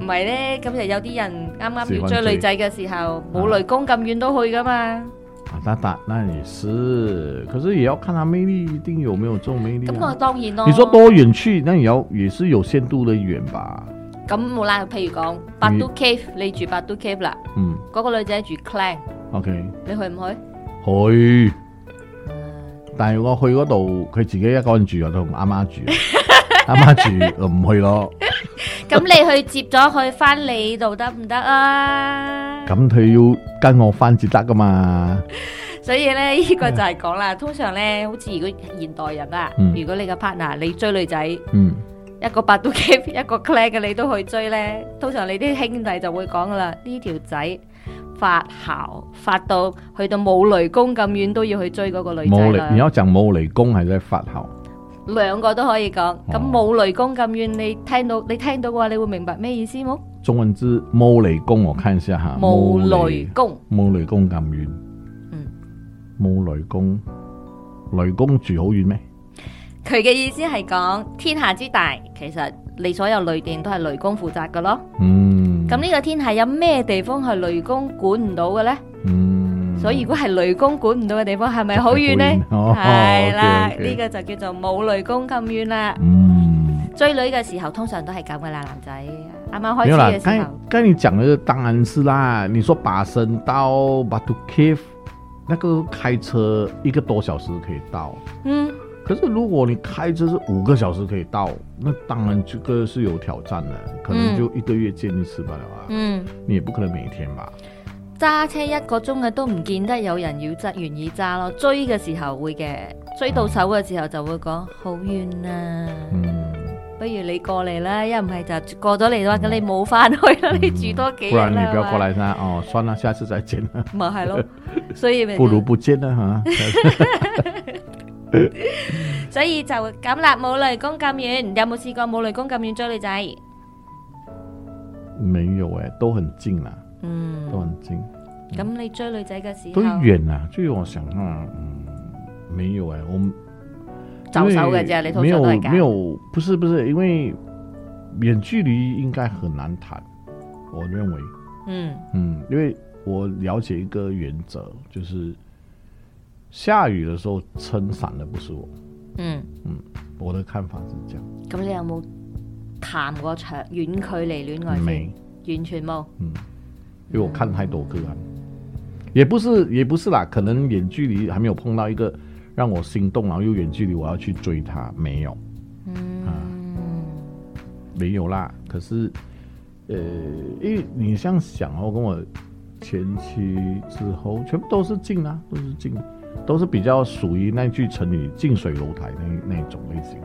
Speaker 2: 唔係咧，咁就有啲人啱啱
Speaker 4: 喜
Speaker 2: 要
Speaker 4: 歡
Speaker 2: 追
Speaker 4: 追
Speaker 2: 女仔嘅時候，冇雷公咁遠都去噶嘛。
Speaker 4: 啊，那那那也是，可是也要看他魅力，一定有没有这种魅力、
Speaker 2: 咁我
Speaker 4: 啊。
Speaker 2: 當然咯。
Speaker 4: 你说多远去，那也要也是有限度的远吧？
Speaker 2: 咁冇啦，譬如講百都 cave，你住百都 cave 啦，
Speaker 4: 嗯
Speaker 2: 嗰個女仔住 clan，
Speaker 4: ，OK，
Speaker 2: 你去唔去？嗯
Speaker 4: 去。但係我去嗰度，佢自己一個人住，我同阿媽住，阿媽住就唔去咯。
Speaker 2: 咁你去接咗佢翻你度得唔得啊？
Speaker 4: 咁佢要跟我翻至得噶嘛？
Speaker 2: 所以咧， 呢個就係講啦。通常咧，好似如果現代人啊，
Speaker 4: 嗯
Speaker 2: 如果你嘅 partner 你追女仔。
Speaker 4: 嗯，
Speaker 2: 一個百度 K 一個 clan 嘅你都去追呢，通常你啲兄弟就會講噶啦，呢條仔發姣發到去到冇雷公咁遠都要去追嗰個女仔
Speaker 4: 冇
Speaker 2: 啦
Speaker 4: 嚟，你。要講冇嚟工係在發姣。
Speaker 2: 兩個都可以講，咁冇雷公咁遠，你聽到你聽到嘅話，你會明白咩意思冇？
Speaker 4: 中文字冇嚟工，我看一下哈。
Speaker 2: 冇雷公，
Speaker 4: 冇雷公咁遠，
Speaker 2: 嗯，
Speaker 4: 冇雷公，雷公住好遠咩？
Speaker 2: 佢嘅意思係講天下之大，其實你所有雷電都係雷公負責嘅咯。
Speaker 4: 嗯，
Speaker 2: 咁呢個天下有咩地方係雷公管唔到嘅呢？
Speaker 4: 嗯，
Speaker 2: 所以如果係雷公管唔到嘅地方，係咪好遠呢？
Speaker 4: 哦
Speaker 2: 係啦，
Speaker 4: OK，OK
Speaker 2: 呢個就叫做冇雷公咁遠啦。
Speaker 4: 嗯，
Speaker 2: 追女嘅時候通常都係咁噶啦，男仔啱
Speaker 4: 没有
Speaker 2: 啱
Speaker 4: 啦
Speaker 2: 開始，嘅時
Speaker 4: 刚
Speaker 2: 候，
Speaker 4: 刚你讲的当然是啦，你说把身到巴杜 Cave，那个开车一个多小时可以到，
Speaker 2: 嗯，
Speaker 4: 可是如果你开车是五个小时可以到，那当然这个是有挑战的，可能
Speaker 2: 嗯
Speaker 4: 就一个月见一次罢了啊，
Speaker 2: 嗯，
Speaker 4: 你也不可能每天吧。
Speaker 2: 揸車一個鐘嘅都唔見得有人要揸，願意揸咯。追嘅時候會嘅，追到手嘅時候就會講好遠啊，
Speaker 4: 嗯，
Speaker 2: 不如你過嚟啦，一唔係就過咗嚟嘅話，咁你冇翻去啦，你住多幾日
Speaker 4: 嗯不嗯然你
Speaker 2: 啦，
Speaker 4: 不要
Speaker 2: 係咪
Speaker 4: 过来噻。哦，算了，下次再见了，
Speaker 2: 咪係咯，所以咪
Speaker 4: 不如不见 了哈。
Speaker 2: 所以就咁啦，冇雷公咁遠，有冇試過冇雷公咁遠追女仔？
Speaker 4: 没有哎、都很近啦，
Speaker 2: 嗯，
Speaker 4: 都很近，
Speaker 2: 咁你追女仔嘅時
Speaker 4: 都
Speaker 2: 候，
Speaker 4: 远啦。据我想啊，嗯，没有哎、我们
Speaker 2: 就手嘅啫，你通
Speaker 4: 没
Speaker 2: 常
Speaker 4: 有
Speaker 2: 都係咁。
Speaker 4: 没有，不是不是，因为远距离应该很难谈，我认为，
Speaker 2: 嗯
Speaker 4: 嗯，因为我了解一个原则，就是下雨的时候撑伞的不是我，
Speaker 2: 嗯，
Speaker 4: 我的看法是这样，
Speaker 2: 咁你有冇談過長遠距離戀愛
Speaker 4: 没。
Speaker 2: 先？完全冇。
Speaker 4: 嗯，因为我看太多个案，也不是也不是啦，可能远距离还没有碰到一个让我心动，然后又远距离我要去追他，没有
Speaker 2: 嗯
Speaker 4: 没有啦。可是，呃，因为你像想哦，跟我前妻之后，全部都是近啊，都是近，都是比较属于那句成语“近水楼台那”那种类型。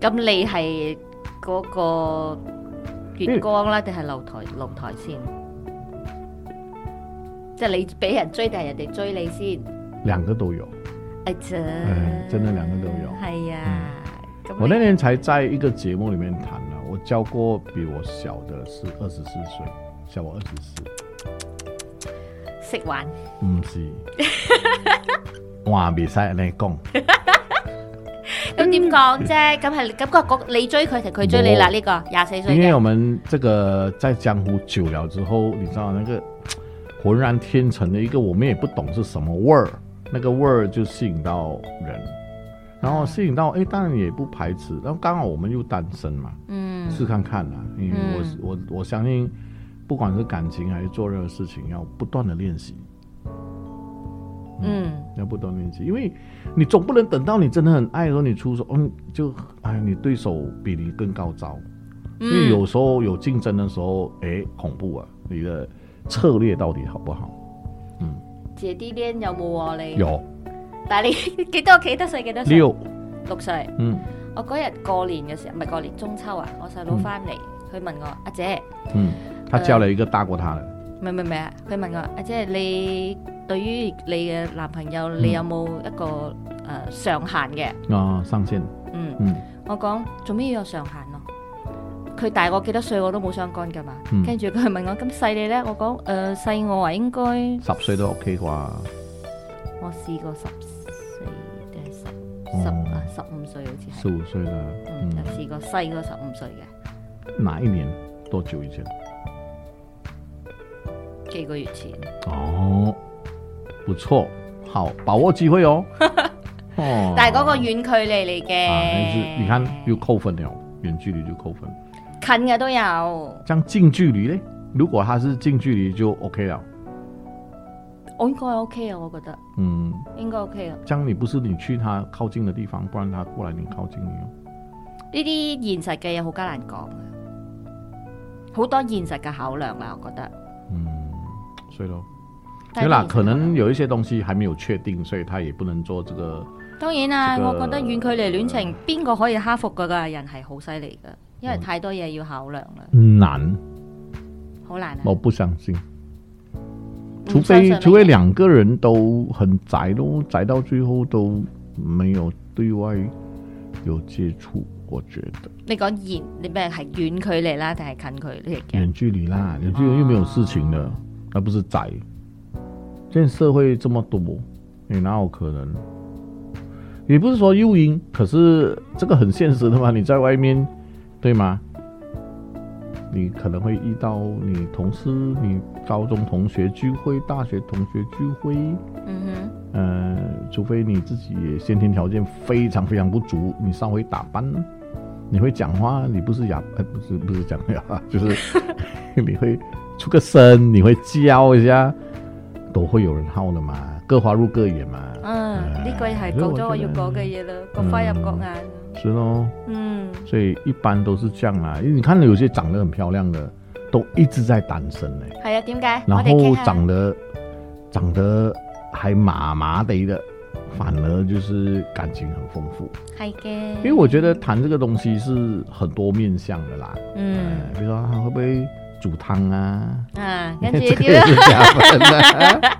Speaker 2: 咁你係嗰個月光啦，定係露台露台先？即係你俾人追定係人哋追你先？
Speaker 4: 两个都有，
Speaker 2: 哎真
Speaker 4: 哎真係兩個都有
Speaker 2: 係啊，咁
Speaker 4: 我
Speaker 2: 你
Speaker 4: 那天才在一个节目里面谈了，我教过比我小的是二十四岁，小我二十四。
Speaker 2: 識玩。
Speaker 4: 唔是，話未使你講，
Speaker 2: 咁點講啫？咁係咁個個你追佢定佢追你啦？呢個廿四歲
Speaker 4: 因为我
Speaker 2: 嘅，
Speaker 4: 们这个在江湖久了之后，你知道那个浑然天成的一个，我们也不懂是什么味儿，那个味儿就吸引到人，然后吸引到哎，当然也不排斥，然后刚好我们又单身嘛，
Speaker 2: 嗯
Speaker 4: 试看看啦，因为我、
Speaker 2: 嗯
Speaker 4: 我我相信，不管是感情还是做任何事情，要不断的练习，
Speaker 2: 嗯
Speaker 4: 要不断地练习，因为你总不能等到你真的很爱的时候，你出手，嗯，就哎，你对手比你更高招。因为
Speaker 2: 嗯，
Speaker 4: 有时候有竞争的时候，哎，恐怖啊！你的策略到底好不好？
Speaker 2: 姐弟戀有冇喎你？
Speaker 4: 有
Speaker 2: 但係你幾多幾多歲幾多歲？
Speaker 4: 六，
Speaker 2: 六歲。
Speaker 4: 嗯
Speaker 2: 我嗰日過年嘅時候，唔係過年中秋啊，我細佬翻嚟，佢問我阿姐，
Speaker 4: 嗯，他
Speaker 2: 呃
Speaker 4: 交了一個大過他的，
Speaker 2: 唔係唔係唔係啊，佢問我阿姐，你對於你嘅男朋友，你有冇一個誒、呃上限嘅？
Speaker 4: 啊、上線，
Speaker 2: 嗯，
Speaker 4: 嗯
Speaker 2: 我講做咩要有上限咯？佢大我幾多歲我都冇相干㗎嘛。
Speaker 4: 嗯
Speaker 2: 跟住佢問我咁細你呢？我講誒細我啊，應該
Speaker 4: 十歲都 OK 啩，
Speaker 2: 我試過十四定係十
Speaker 4: 哦
Speaker 2: 十啊十五歲好似
Speaker 4: 十
Speaker 2: 係，
Speaker 4: 五歲啦，
Speaker 2: 嗯，有
Speaker 4: 嗯，
Speaker 2: 試過細過十五歲嘅
Speaker 4: 哪一年？多久以前？
Speaker 2: 幾個月前。
Speaker 4: 哦，不錯，好，把握機 會哦。哦
Speaker 2: 但係嗰個遠距離嚟嘅。
Speaker 4: 啊，但是你看又扣分了，遠距離就扣分。
Speaker 2: 近嘅都有，
Speaker 4: 這樣近距離呢？如果他是近距離就 OK 了，
Speaker 2: 我應該 OK 啊，我覺得
Speaker 4: 嗯。
Speaker 2: 應該 OK 啊。
Speaker 4: 这样你不是你去他靠近的地方，不然他过来你靠近你哦。
Speaker 2: 呢啲現實嘅嘢好艱難講嘅，好多現實嘅考量啊啦，我覺得。
Speaker 4: 嗯，所以咯，
Speaker 2: 但
Speaker 4: 对
Speaker 2: 係
Speaker 4: 啦，
Speaker 2: 現實
Speaker 4: 可能
Speaker 2: 嘅
Speaker 4: 有一些東西還沒有確定，所以他也不能做這個。
Speaker 2: 當然啦，
Speaker 4: 這個
Speaker 2: 我覺得遠距離戀情邊個可以克服嘅人係好犀利嘅，因為太多嘢要考量啦，
Speaker 4: 難，
Speaker 2: 好難啊。
Speaker 4: 我不相信，
Speaker 2: 唔
Speaker 4: 除
Speaker 2: 相信
Speaker 4: 非
Speaker 2: 你
Speaker 4: 除非兩個人都很宅咯，宅到最後都沒有對外有接觸，我覺得
Speaker 2: 你講遠，你咩係遠距離啦，定係近距離嘅？
Speaker 4: 遠距離啦，遠距離又沒有事情的，而不是宅。現在社會這麼多，你哪有可能？也不是说诱因，可是这个很现实的嘛。你在外面，对吗？你可能会遇到你同事、你高中同学聚会、大学同学聚会，
Speaker 2: 嗯哼，
Speaker 4: 呃，除非你自己也先天条件非常非常不足，你稍微打扮，你会讲话，你不是哑，呃，不是不是讲哑巴，就是 你会出个声，你会叫一下，都会有人好的嘛，各花入各眼嘛，
Speaker 2: 嗯，呢句係講咗我要講嘅嘢啦，各花入各眼。
Speaker 4: 是咯。
Speaker 2: 嗯，
Speaker 4: 所以一般都是这样啦。因为你看有些长得很漂亮的，都一直在单身呢、
Speaker 2: 係啊，點解？
Speaker 4: 然
Speaker 2: 我哋傾
Speaker 4: 后
Speaker 2: 下
Speaker 4: 长得长得还麻麻地的，反而就是感情很丰富。
Speaker 2: 係嘅，
Speaker 4: 因为我觉得谈这个东西是很多面向的啦，
Speaker 2: 嗯。
Speaker 4: 呃比如说他会不会煮汤啊，
Speaker 2: 啊，跟
Speaker 4: 这
Speaker 2: 住
Speaker 4: 个也
Speaker 2: 點
Speaker 4: 是加分的。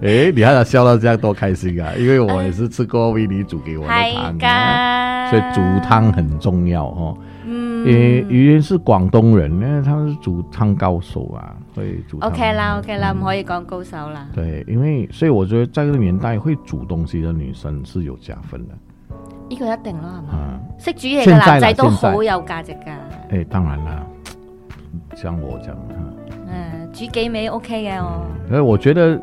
Speaker 4: 哎，你看他笑到这样多开心啊！因为我也是吃过威尼煮给我的汤、
Speaker 2: 係噶，
Speaker 4: 啊，所以煮汤很重要哦。
Speaker 2: 嗯，
Speaker 4: 呃，语言是广东人，因为他们是煮汤高手啊，会煮汤。
Speaker 2: OK 啦，OK 啦，
Speaker 4: 嗯
Speaker 2: 唔可以講高手啦。
Speaker 4: 对，因为所以我觉得在这个年代会煮东西的女生是有加分的
Speaker 2: 呢個一定咯，係嘛？
Speaker 4: 啊。
Speaker 2: 識煮嘢嘅男仔都好有價值㗎。
Speaker 4: 哎，当然啦，像我这样啊，
Speaker 2: 嗯，煮幾味 OK 嘅我。
Speaker 4: 所以我觉得，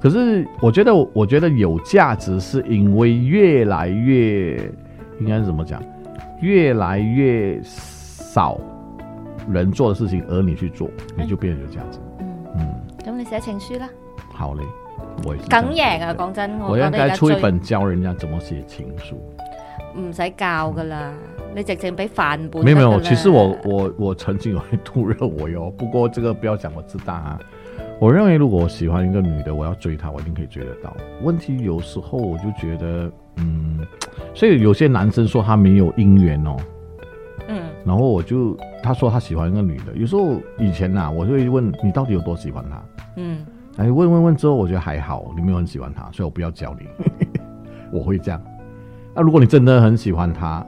Speaker 4: 可是我觉得，我觉得有价值是因为越来越，应该是怎么讲，越来越少人做的事情，而你去做，你就变得有价值。
Speaker 2: 嗯，
Speaker 4: 嗯，
Speaker 2: 咁你寫情書啦，
Speaker 4: 好嘞，我也是这样
Speaker 2: 梗贏啊！講真，
Speaker 4: 我
Speaker 2: 我覺
Speaker 4: 应
Speaker 2: 得而
Speaker 4: 该
Speaker 2: 家
Speaker 4: 出一
Speaker 2: 最
Speaker 4: 本教人家怎么写情书。
Speaker 2: 唔使教㗎啦，你直情俾範本。
Speaker 4: 没有没有，其实我我我曾经有一度认为哦，不过这个不要讲我自大啊。我认为如果我喜欢一个女的，我要追她，我一定可以追得到。问题有时候我就觉得，嗯，所以有些男生说他没有姻缘哦，
Speaker 2: 嗯
Speaker 4: 然后我就他说他喜欢一个女的，有时候以前呐、我就会问你到底有多喜欢她。
Speaker 2: 嗯
Speaker 4: 哎，问问问之后，我觉得还好，你没有很喜欢他，所以我不要 教你。我会这样。那、如果你真的很喜欢他，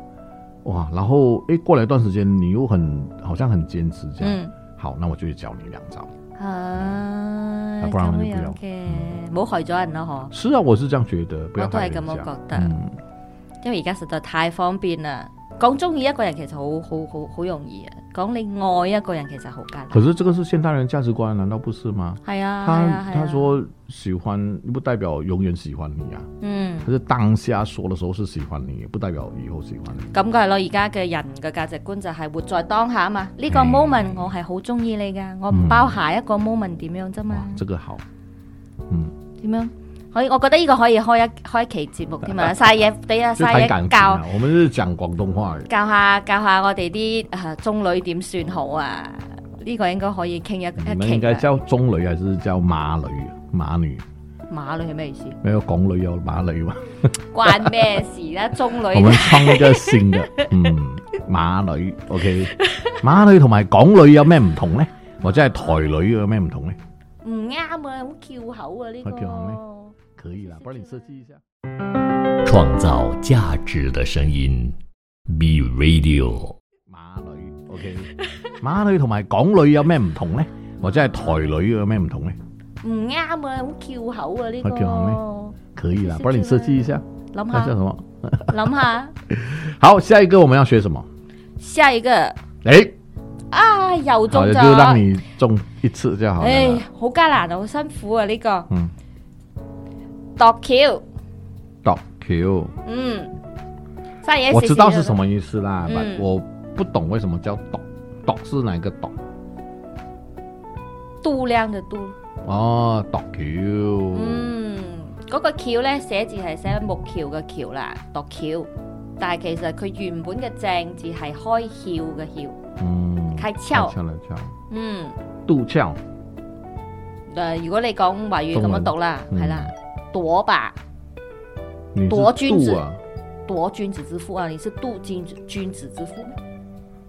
Speaker 4: 哇，然后哎，过了一段时间，你又很好像很坚持这样，
Speaker 2: 嗯
Speaker 4: 好，那我就去教你两招。
Speaker 2: 啊，
Speaker 4: 不然
Speaker 2: 咁
Speaker 4: 我就不要
Speaker 2: 樣嘅，唔好害咗人咯，嗬。
Speaker 4: 是啊，我是这样觉得，不
Speaker 2: 我
Speaker 4: 要
Speaker 2: 都
Speaker 4: 害
Speaker 2: 係
Speaker 4: 人
Speaker 2: 咁
Speaker 4: 家
Speaker 2: 樣覺得。
Speaker 4: 嗯，
Speaker 2: 因為而家實在太方便啦。講中意一個人其實好好好好容易啊，講你愛一個人其實好簡
Speaker 4: 可
Speaker 2: 單。
Speaker 4: 是这个是现代人价值观，难道不是吗？
Speaker 2: 係啊，係
Speaker 4: 他
Speaker 2: 啊，係啊
Speaker 4: 他，说喜欢不代表永远喜欢你啊，
Speaker 2: 嗯，
Speaker 4: 可是当下说的时候是喜欢你，不代表以后喜欢你。
Speaker 2: 咁梗係咯。而家嘅人嘅價值觀就係活在當下啊嘛。呢、個
Speaker 4: 嗯
Speaker 2: moment 我係好中意你㗎，我唔包下一個 moment 點樣啫嘛
Speaker 4: 哇。，这个好，嗯，
Speaker 2: 點樣？可以，我覺得呢個可以開一開一期節目添啊，嘥嘢俾啊，
Speaker 4: 就
Speaker 2: 嘥
Speaker 4: 谈
Speaker 2: 嘢
Speaker 4: 感情
Speaker 2: 教
Speaker 4: 啊，我们是讲广东话的。
Speaker 2: 教下教下我哋啲誒中女點算好啊？呢、個應該可以傾一
Speaker 4: 你
Speaker 2: 一
Speaker 4: 们应
Speaker 2: 期
Speaker 4: 该
Speaker 2: 啊。
Speaker 4: 叫中女还是叫马女？马女
Speaker 2: 馬女係咩意思？
Speaker 4: 没有港女有马女嘛？
Speaker 2: 關咩事啊？中
Speaker 4: 我
Speaker 2: 女
Speaker 4: 们创一个新的，嗯，马女，OK，马女同埋港女有咩唔同呢？或者系台女有咩唔同呢？
Speaker 2: 唔啱啊，好翹口啊呢、個。
Speaker 4: 好翹口咩可以啦，不然你设计一下。
Speaker 1: 创造价值的声音，B Radio。
Speaker 4: 马女，OK，马女同埋港女有咩唔同呢？或者系台女有咩唔同呢？
Speaker 2: 唔啱啊，好翹口啊呢、
Speaker 4: 好翹口
Speaker 2: 個。
Speaker 4: 可以啦，不然你设计一下，
Speaker 2: 諗
Speaker 4: 那叫
Speaker 2: 下
Speaker 4: 什么？
Speaker 2: 諗下，
Speaker 4: 好，下一个我们要学什么？
Speaker 2: 下一個
Speaker 4: 诶、
Speaker 2: 啊又中
Speaker 4: 好的，
Speaker 2: 咗。
Speaker 4: 就让你中一次就好了。
Speaker 2: 唉，好艱難啊，好辛苦啊呢、個。
Speaker 4: 嗯，
Speaker 2: 度橋，
Speaker 4: 度桥。
Speaker 2: 嗯，晒嘢
Speaker 4: 我知道是什么意思啦，
Speaker 2: 嗯
Speaker 4: but 我不懂为什么叫懂，懂是哪一个懂？
Speaker 2: 度量嘅度，
Speaker 4: 哦，度橋，
Speaker 2: 嗯，嗰、個橋咧寫字係寫木橋嘅橋啦，度橋，但係其實佢原本嘅正字係開竅嘅竅，
Speaker 4: 嗯，
Speaker 2: 開竅
Speaker 4: 開竅了竅，
Speaker 2: 嗯，
Speaker 4: 度竅，
Speaker 2: 誒、如果你講華語咁
Speaker 4: 中
Speaker 2: 樣
Speaker 4: 文嗯
Speaker 2: 讀啦，係啦，朵吧，
Speaker 4: 你是
Speaker 2: 奪君子
Speaker 4: 度啊？
Speaker 2: 朵君子之腹啊，你是度君子君子之腹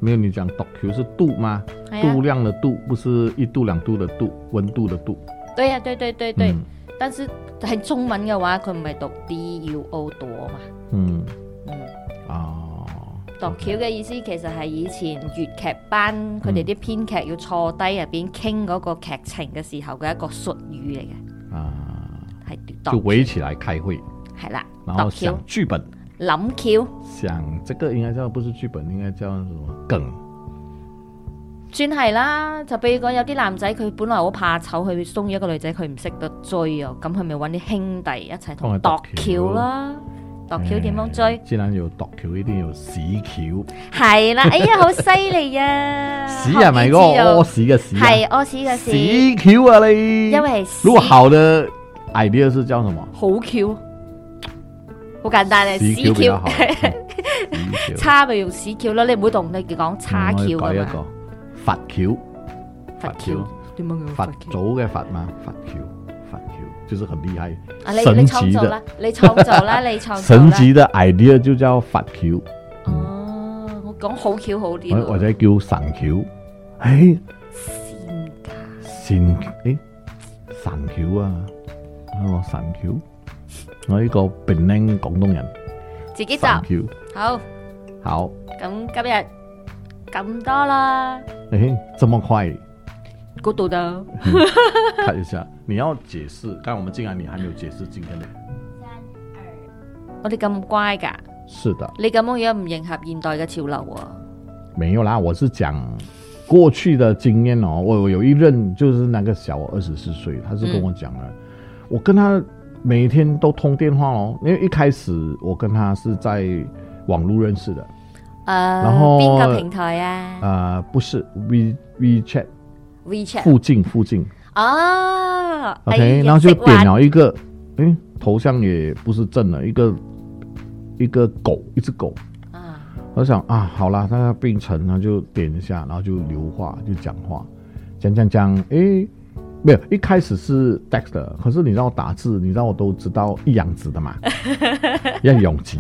Speaker 2: 咩，
Speaker 4: 没有，你讲度橋是度吗？
Speaker 2: 係
Speaker 4: 度
Speaker 2: 啊，
Speaker 4: 量的度，不是一度两度的度，温度的度。
Speaker 2: 對呀、啊，對對對對，
Speaker 4: 嗯
Speaker 2: 但是喺中文嘅話，佢唔係讀 D U O 朵嘛，
Speaker 4: 嗯，
Speaker 2: 嗯。
Speaker 4: 哦，
Speaker 2: 度橋嘅意思其實係以前粵劇班佢哋啲編劇要坐低入邊傾嗰個劇情嘅時候嘅一個術語嚟嘅，
Speaker 4: 啊，
Speaker 2: 係
Speaker 4: 就
Speaker 2: 度
Speaker 4: 围起来開會，
Speaker 2: 係啦，
Speaker 4: 然後
Speaker 2: 度橋
Speaker 4: 想劇本，
Speaker 2: 諗
Speaker 4: 想這個應該叫不是劇本，應該叫什么梗？
Speaker 2: 橋算係啦。就比如講有啲男仔佢本來好怕醜，佢中意一個女仔，佢唔識得追啊，咁佢咪揾啲兄弟一齊同度
Speaker 4: 幫佢度
Speaker 2: 橋
Speaker 4: 橋
Speaker 2: 啦。度橋點樣追
Speaker 4: 哎？既然有度橋，一定有屎橋。
Speaker 2: 係啦，哎呀，好犀利啊！
Speaker 4: 屎系咪嗰个屙屎嘅屎啊？
Speaker 2: 係屙屎嘅屎，
Speaker 4: 屎橋啊你！
Speaker 2: 因為屎
Speaker 4: 如果好的 idea 是叫什么？
Speaker 2: 好 Q，好簡單嘅
Speaker 4: 屎
Speaker 2: 屎
Speaker 4: 橋比較
Speaker 2: 啊 Q
Speaker 4: 好。。屎橋
Speaker 2: 叉咪用屎橋咯，你唔好同你講叉
Speaker 4: 嗯
Speaker 2: 橋㗎
Speaker 4: 我要改一
Speaker 2: 嘛，
Speaker 4: 個佛橋，
Speaker 2: 佛
Speaker 4: 佛
Speaker 2: 橋
Speaker 4: 橋
Speaker 2: 點樣叫
Speaker 4: 佛
Speaker 2: 佛橋？
Speaker 4: 祖嘅佛嘛，佛橋，佛橋就是很厲害
Speaker 2: 啊，你你
Speaker 4: 神
Speaker 2: 創
Speaker 4: 級
Speaker 2: 造啦
Speaker 4: 的，
Speaker 2: 你創造啦， 你創造
Speaker 4: 神
Speaker 2: 啦。
Speaker 4: 級的 idea 就叫佛橋，
Speaker 2: 哦，我講好橋好啲
Speaker 4: 或或
Speaker 2: 喎，
Speaker 4: 者叫神哎橋。诶，
Speaker 2: 善㗎，
Speaker 4: 神诶神橋啊，我神橋，我呢個bình ninh 廣東人
Speaker 2: 自己
Speaker 4: 神
Speaker 2: 集
Speaker 4: 橋，
Speaker 2: 好。
Speaker 4: 好，
Speaker 2: 咁今日咁多啦，
Speaker 4: 诶，這麼快。
Speaker 2: 嗰度就
Speaker 4: 看一下， 你要解释，刚才我们竟然你还没有解释今天的。
Speaker 2: 我哋咁乖㗎，
Speaker 4: 是的，
Speaker 2: 你咁樣樣唔迎合現代嘅潮流喎。
Speaker 4: 没有啦，我是讲过去的经验哦。我我有一任就是那个小我二十四岁，他是跟我讲了，我跟他每天都通电话哦，因为一开始我跟他是在网络认识的，
Speaker 2: 誒，
Speaker 4: 後
Speaker 2: 啊邊個平台啊
Speaker 4: 呃，不是 We WeChat
Speaker 2: ？WeChat
Speaker 4: 附近附近
Speaker 2: 哦哎呀
Speaker 4: ，OK，然后就
Speaker 2: 識玩
Speaker 4: 点了一个，诶，头像也不是正的，一个一个狗，一只狗。
Speaker 2: 啊，
Speaker 4: 我想啊，好啦，那病程呢就点一下，然后就留话，就讲话，讲讲讲，诶，没有，一开始是 text 的，可是你让我打字，你让我都知道一样子的 嘛，一样永吉，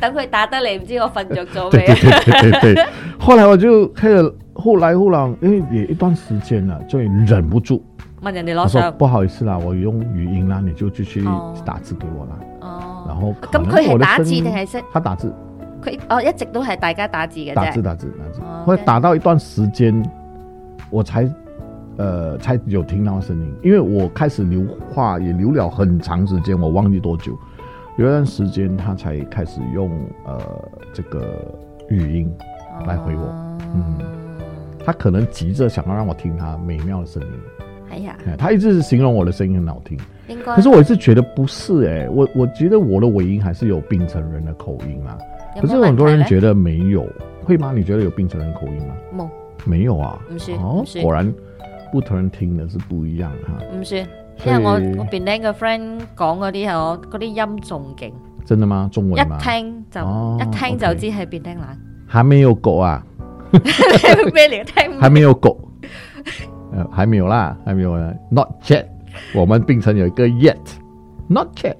Speaker 2: 等佢打得嚟，唔知我瞓着咗未
Speaker 4: 对对
Speaker 2: 啊？
Speaker 4: 对对对对。后来我就开始，后来后来，诶，也一段时间了，终于忍不住，
Speaker 2: 問人哋
Speaker 4: 我
Speaker 2: 攞
Speaker 4: 说
Speaker 2: 相。
Speaker 4: 不好意思啦，我用语音啦，你就继续
Speaker 2: 哦
Speaker 4: 打字给我啦。
Speaker 2: 哦，
Speaker 4: 然後可
Speaker 2: 咁
Speaker 4: 能
Speaker 2: 佢係
Speaker 4: 我的
Speaker 2: 打字
Speaker 4: 聲音
Speaker 2: 定係識
Speaker 4: 他打字，
Speaker 2: 佢哦，一直都係大家打字嘅
Speaker 4: 打字
Speaker 2: 啫。
Speaker 4: 打字打字
Speaker 2: 哦，
Speaker 4: 会
Speaker 2: OK
Speaker 4: 打到一段时间，我才呃才有听到声音，因为我开始留话也留了很长时间，我忘记多久，有一段时间他才开始用呃这个语音
Speaker 2: Ờ.
Speaker 4: 来回我，
Speaker 2: 嗯，
Speaker 4: 他可能急着想要让我听他美妙的声音，
Speaker 2: 系啊，
Speaker 4: 哎他一直是形容我的声音很好听，
Speaker 2: 应该。
Speaker 4: 可是我一直觉得不是哎、我我觉得我的尾音还是有病成人的口音啊，
Speaker 2: 有
Speaker 4: 可
Speaker 2: 冇
Speaker 4: 是很多人
Speaker 2: 問題呢
Speaker 4: 觉得没有，会吗？你觉得有病成人口音吗？
Speaker 2: 冇，
Speaker 4: 没有啊，
Speaker 2: 唔算
Speaker 4: 哦
Speaker 2: 唔，算
Speaker 4: 果然不同人听的是不一样啊哈、
Speaker 2: 唔算，因
Speaker 4: 所以
Speaker 2: 為我我邊呢個 friend 講嗰啲係我嗰啲音仲勁，
Speaker 4: 真的吗？中文吗？
Speaker 2: 一聽就
Speaker 4: 哦
Speaker 2: 一聽就
Speaker 4: OK
Speaker 2: 知係邊聽 冷，
Speaker 4: 还没有狗啊，
Speaker 2: 咩嚟聽唔
Speaker 4: 还没有狗， 呃，还没有啦，还没有啦，not yet。我们并成有一个 yet，not yet。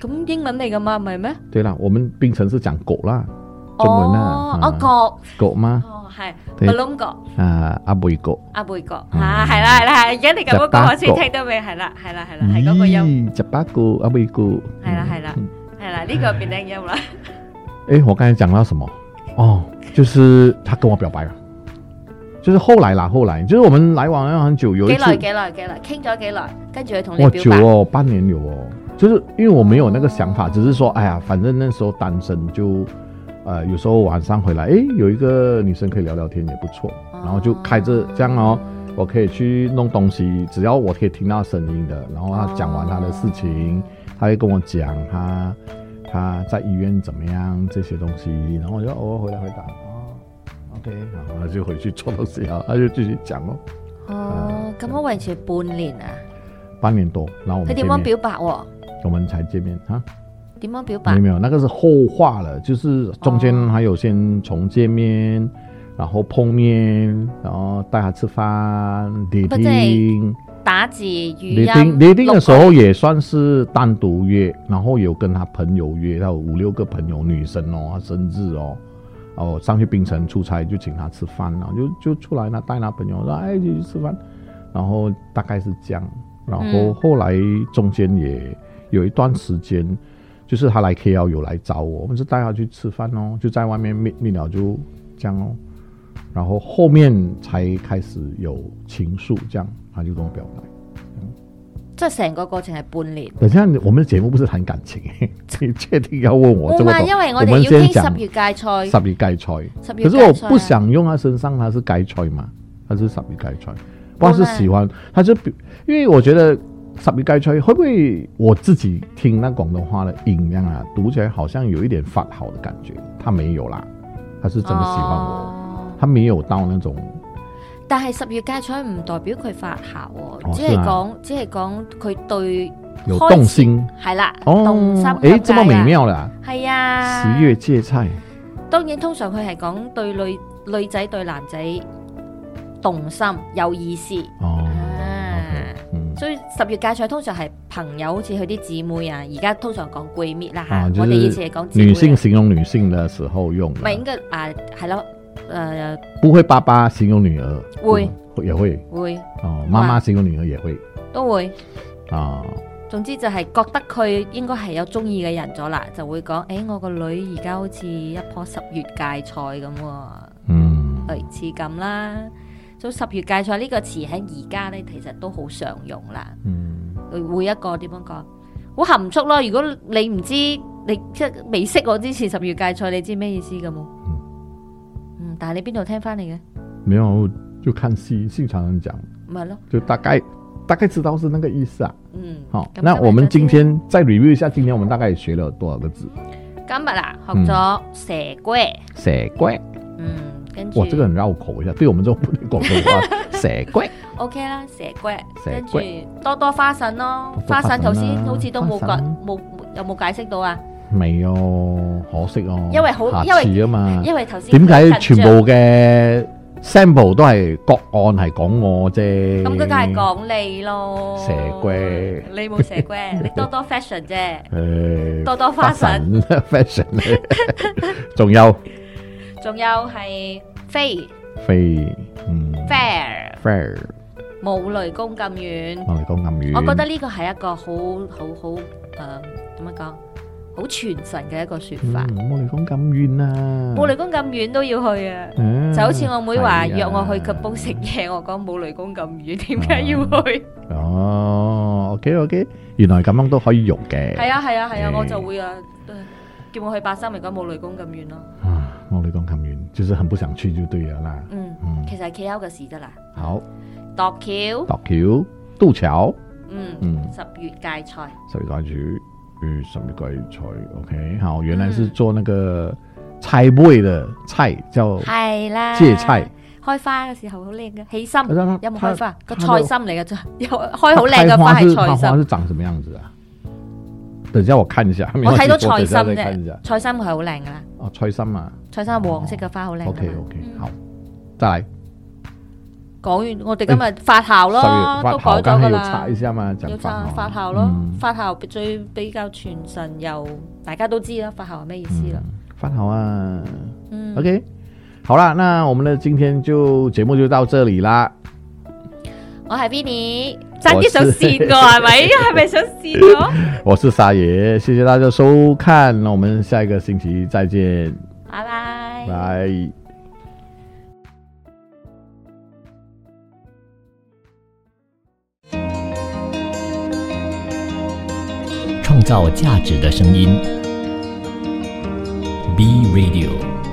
Speaker 2: 咁英文嚟噶嘛，唔係咩？
Speaker 4: 对啦，我们并成是讲狗啦，中文
Speaker 2: 哦
Speaker 4: 啦，，
Speaker 2: 我
Speaker 4: 啊
Speaker 2: 覺
Speaker 4: 狗吗？
Speaker 2: 哦係
Speaker 4: 對
Speaker 2: m a l u n g o
Speaker 4: 啊，阿贝狗，
Speaker 2: 阿貝覺
Speaker 4: 嗯
Speaker 2: 啊，係啦係啦係，而家你咁樣
Speaker 4: 十八
Speaker 2: 講我先
Speaker 4: 個
Speaker 2: 聽到未？係啦係啦
Speaker 4: 嗯
Speaker 2: 係啦，係嗰個音，
Speaker 4: 咦，十八狗，阿贝狗，
Speaker 2: 係啦係啦
Speaker 4: 嗯。
Speaker 2: 係啦，呢個邊聽音啦，
Speaker 4: 诶，我刚才讲到什么？哦，就是他跟我表白了，就是后来啦，后来就是我们来往了很久， 有一
Speaker 2: 幾
Speaker 4: 次
Speaker 2: 耐幾耐幾耐，傾咗幾耐，跟住佢同你
Speaker 4: 哇，
Speaker 2: 表
Speaker 4: 久
Speaker 2: 白，
Speaker 4: 哦，半年有哦，就是因为我没有那个想法，只是说，哎呀，反正那时候单身就，呃，有时候晚上回来，哎，有一个女生可以聊聊天也不错，然后就开着这样哦，我可以去弄东西，只要我可以听到声音的，然后她讲完她的事情，她会跟我讲她她在医院怎么样这些东西，然后我就偶尔回来回答，哦，OK，然后她就回去做东西啊，她就继续讲咯，
Speaker 2: 哦，咁我維持半年啊，
Speaker 4: 半年多，然后我
Speaker 2: 佢點
Speaker 4: 们见
Speaker 2: 樣
Speaker 4: 面，
Speaker 2: 表白喎？
Speaker 4: 我们才见面啊。
Speaker 2: 點樣表白
Speaker 4: 没有？没有，那个是后话了，就是中间还有先从见面，然后碰面，然后带他吃饭
Speaker 2: 哦不对
Speaker 4: ，dating，dating，dating
Speaker 2: 打字、語音、啊
Speaker 4: dating 的
Speaker 2: 錄
Speaker 4: 时候也算是单独约，然后有跟他朋友约，他有五六个朋友，女生哦，她生日哦。哦，上去槟城出差就请他吃饭然后就就出来呢，带他朋友说哎一起去吃饭，然后大概是这样，然后
Speaker 2: 嗯
Speaker 4: 后来中间也有一段时间，就是他来 KL 有来找我，我们就带他去吃饭哦，就在外面面面了就这样哦，然后后面才开始有情愫，这样他就跟我表白。
Speaker 2: 即係成個過程係半年。
Speaker 4: 等一下，我们的节目不是谈感情， 你确定要问我
Speaker 2: 冇
Speaker 4: 这么
Speaker 2: 嘛，
Speaker 4: 多？
Speaker 2: 因為我
Speaker 4: 我
Speaker 2: 哋
Speaker 4: 们
Speaker 2: 要
Speaker 4: 先
Speaker 2: 傾
Speaker 4: 讲
Speaker 2: 十月芥菜，
Speaker 4: 十月芥菜。
Speaker 2: 十月芥
Speaker 4: 可是
Speaker 2: 菜啊
Speaker 4: 我不，想用他身上，他是芥菜嘛，他是十鱼芥菜，不知道是喜欢，他就比因为我觉得十鱼芥菜会不会我自己听那广东话的音量啊，读起来好像有一点发好的感觉，他没有啦，他是真的喜欢我，
Speaker 2: 哦
Speaker 4: 他没有到那种
Speaker 2: 但係十月芥菜唔代表佢發姣喎，
Speaker 4: 哦
Speaker 2: 只係
Speaker 4: 是啊
Speaker 2: 講只係講佢對
Speaker 4: 有
Speaker 2: 開始
Speaker 4: 动心
Speaker 2: 係啦，動
Speaker 4: 哦
Speaker 2: 心，
Speaker 4: 诶，
Speaker 2: 咁
Speaker 4: 这么
Speaker 2: 解
Speaker 4: 美
Speaker 2: 啊，
Speaker 4: 妙啦，
Speaker 2: 係啊。
Speaker 4: 十月芥菜，
Speaker 2: 當然通常佢係講對女女仔對男仔動心有意思，啊
Speaker 4: 哦，OK，嗯。
Speaker 2: 所以十月芥菜通常係朋友，好似佢啲姊妹啊，而家通常講閨蜜啦
Speaker 4: 啊
Speaker 2: 嚇，
Speaker 4: 就是
Speaker 2: 我哋以前係講姊妹
Speaker 4: 女
Speaker 2: 啊
Speaker 4: 性形容女性的时候用的
Speaker 2: 唔，係應該啊，係咯，呃誒
Speaker 4: 不会爸爸形容女儿，
Speaker 2: 会
Speaker 4: 嗯会也会
Speaker 2: 會
Speaker 4: 哦，妈妈形容女儿也会
Speaker 2: 都會，
Speaker 4: 啊，
Speaker 2: 總之就係覺得佢應該係有中意嘅人咗啦，就會講：，誒、我個女而家好似一樖十月芥菜咁喎，
Speaker 4: 嗯，
Speaker 2: 類似咁啦。所以十月芥菜呢個詞喺而家呢，其實都好常用啦。
Speaker 4: 嗯，
Speaker 2: 每一個點樣講，好含蓄咯。如果你唔知，你即係未識我之前十月芥菜，你知咩意思嘅冇？嗯，但係你邊度聽翻嚟嘅？
Speaker 4: 没有就看戏，现场人讲，
Speaker 2: 咪係咯，
Speaker 4: 就大概大概知道是那个意思啊。
Speaker 2: 嗯。
Speaker 4: 好、
Speaker 2: 咁
Speaker 4: 那
Speaker 2: 今日
Speaker 4: 我们
Speaker 2: 就
Speaker 4: 今
Speaker 2: 知啦
Speaker 4: 天再 review 一下，今天我们大概也学了多少个字？
Speaker 2: 今日啊，學
Speaker 4: 嗯
Speaker 2: 咗蛇龜，
Speaker 4: 蛇龟，
Speaker 2: 嗯，跟住
Speaker 4: 哇，这个很绕口一下，对我们这种不会广东话，蛇龟，
Speaker 2: OK 啦，蛇龜，
Speaker 4: 蛇
Speaker 2: 跟
Speaker 4: 龜
Speaker 2: 住多多花神咯
Speaker 4: 多，多
Speaker 2: 花
Speaker 4: 花
Speaker 2: 神
Speaker 4: 神
Speaker 2: 頭先
Speaker 4: 啦
Speaker 2: 好似都冇
Speaker 4: 花
Speaker 2: 解
Speaker 4: 神
Speaker 2: 冇有冇解釋到啊？
Speaker 4: 没有，可惜哦，
Speaker 2: 因為好
Speaker 4: 下次啊嘛，
Speaker 2: 因為頭先
Speaker 4: 点解
Speaker 2: 好緊
Speaker 4: 全
Speaker 2: 張
Speaker 4: 部嘅 sample 都系各案系講我啫？
Speaker 2: 咁佢梗係講你咯，
Speaker 4: 蛇龜
Speaker 2: 你冇蛇龜，你多多 fashion 啫，
Speaker 4: 誒
Speaker 2: 多多花神，
Speaker 4: fashion，仲有
Speaker 2: 仲有係飛
Speaker 4: 肥嗯
Speaker 2: fair
Speaker 4: fair，
Speaker 2: 冇雷公咁遠，
Speaker 4: 我嚟講暗語，
Speaker 2: 我覺得呢個係一個好好好誒點樣講，好傳神嘅一個説法。
Speaker 4: 嗯我嚟講咁遠啊，
Speaker 2: 冇雷公咁遠都要去啊！
Speaker 4: 啊
Speaker 2: 就好似我妹話
Speaker 4: 係啊
Speaker 2: 約我去吉煲食嘢，我講冇雷公咁遠，點解要去？
Speaker 4: 哦 OK OK，原來咁樣都可以用嘅。
Speaker 2: 係啊係啊係啊，
Speaker 4: 誒
Speaker 2: 我就會啊，呃叫我去八三，而家冇雷公咁遠咯。
Speaker 4: 啊，我哋講咁遠，就是很不想去就對了啦。
Speaker 2: 嗯，
Speaker 4: 嗯，
Speaker 2: 其實係 K L 嘅事得啦。
Speaker 4: 好，
Speaker 2: 度橋，
Speaker 4: 度橋、渡橋，
Speaker 2: 嗯，
Speaker 4: 嗯，
Speaker 2: 十月芥菜，
Speaker 4: 十月改曲，嗯，十月改菜，OK，好，原來是
Speaker 2: 嗯
Speaker 4: 做那個菜味的菜叫
Speaker 2: 係啦，
Speaker 4: 芥菜，
Speaker 2: 開花嘅時候好靚嘅，起心
Speaker 4: 可是它
Speaker 2: 有冇
Speaker 4: 它
Speaker 2: 開花？個
Speaker 4: 它
Speaker 2: 菜
Speaker 4: 的
Speaker 2: 心嚟嘅啫，有開
Speaker 4: 它
Speaker 2: 哎好靚
Speaker 4: 開
Speaker 2: 嘅
Speaker 4: 花
Speaker 2: 係
Speaker 4: 是它
Speaker 2: 菜
Speaker 4: 花
Speaker 2: 心。
Speaker 4: 是長什麼樣子啊？等一下我看一下，
Speaker 2: 我睇到菜
Speaker 4: 菜
Speaker 2: 心
Speaker 4: 看一下
Speaker 2: 啫，菜心佢係好靚噶啦，
Speaker 4: 哦，菜心啊
Speaker 2: 菜心係黃色嘅花好靚㗎嘛。
Speaker 4: ，OK OK，
Speaker 2: 嗯
Speaker 4: 好，再來。
Speaker 2: 講完，我哋今日發酵
Speaker 4: 十
Speaker 2: 咯，
Speaker 4: 月發
Speaker 2: 都改
Speaker 4: 酵，剛
Speaker 2: 咗噶
Speaker 4: 才有查
Speaker 2: 啦
Speaker 4: 一，下嘛，
Speaker 2: 要
Speaker 4: 講
Speaker 2: 發發
Speaker 4: 法
Speaker 2: 酵咯
Speaker 4: 嗯，
Speaker 2: 發酵最比較傳神又大家都知啦，發酵係咩意思啦？
Speaker 4: 發嗯酵啊
Speaker 2: 嗯
Speaker 4: ，OK，好啦，那我們的今天就節目就到這裡啦。
Speaker 2: 我係 Vinny，爭啲想跣我係咪？係咪想跣我？
Speaker 4: 我是沙爺，謝謝大家收看，那我們下一個星期再見，
Speaker 2: 拜拜。
Speaker 4: 拜。
Speaker 1: 创造价值的声音。B Radio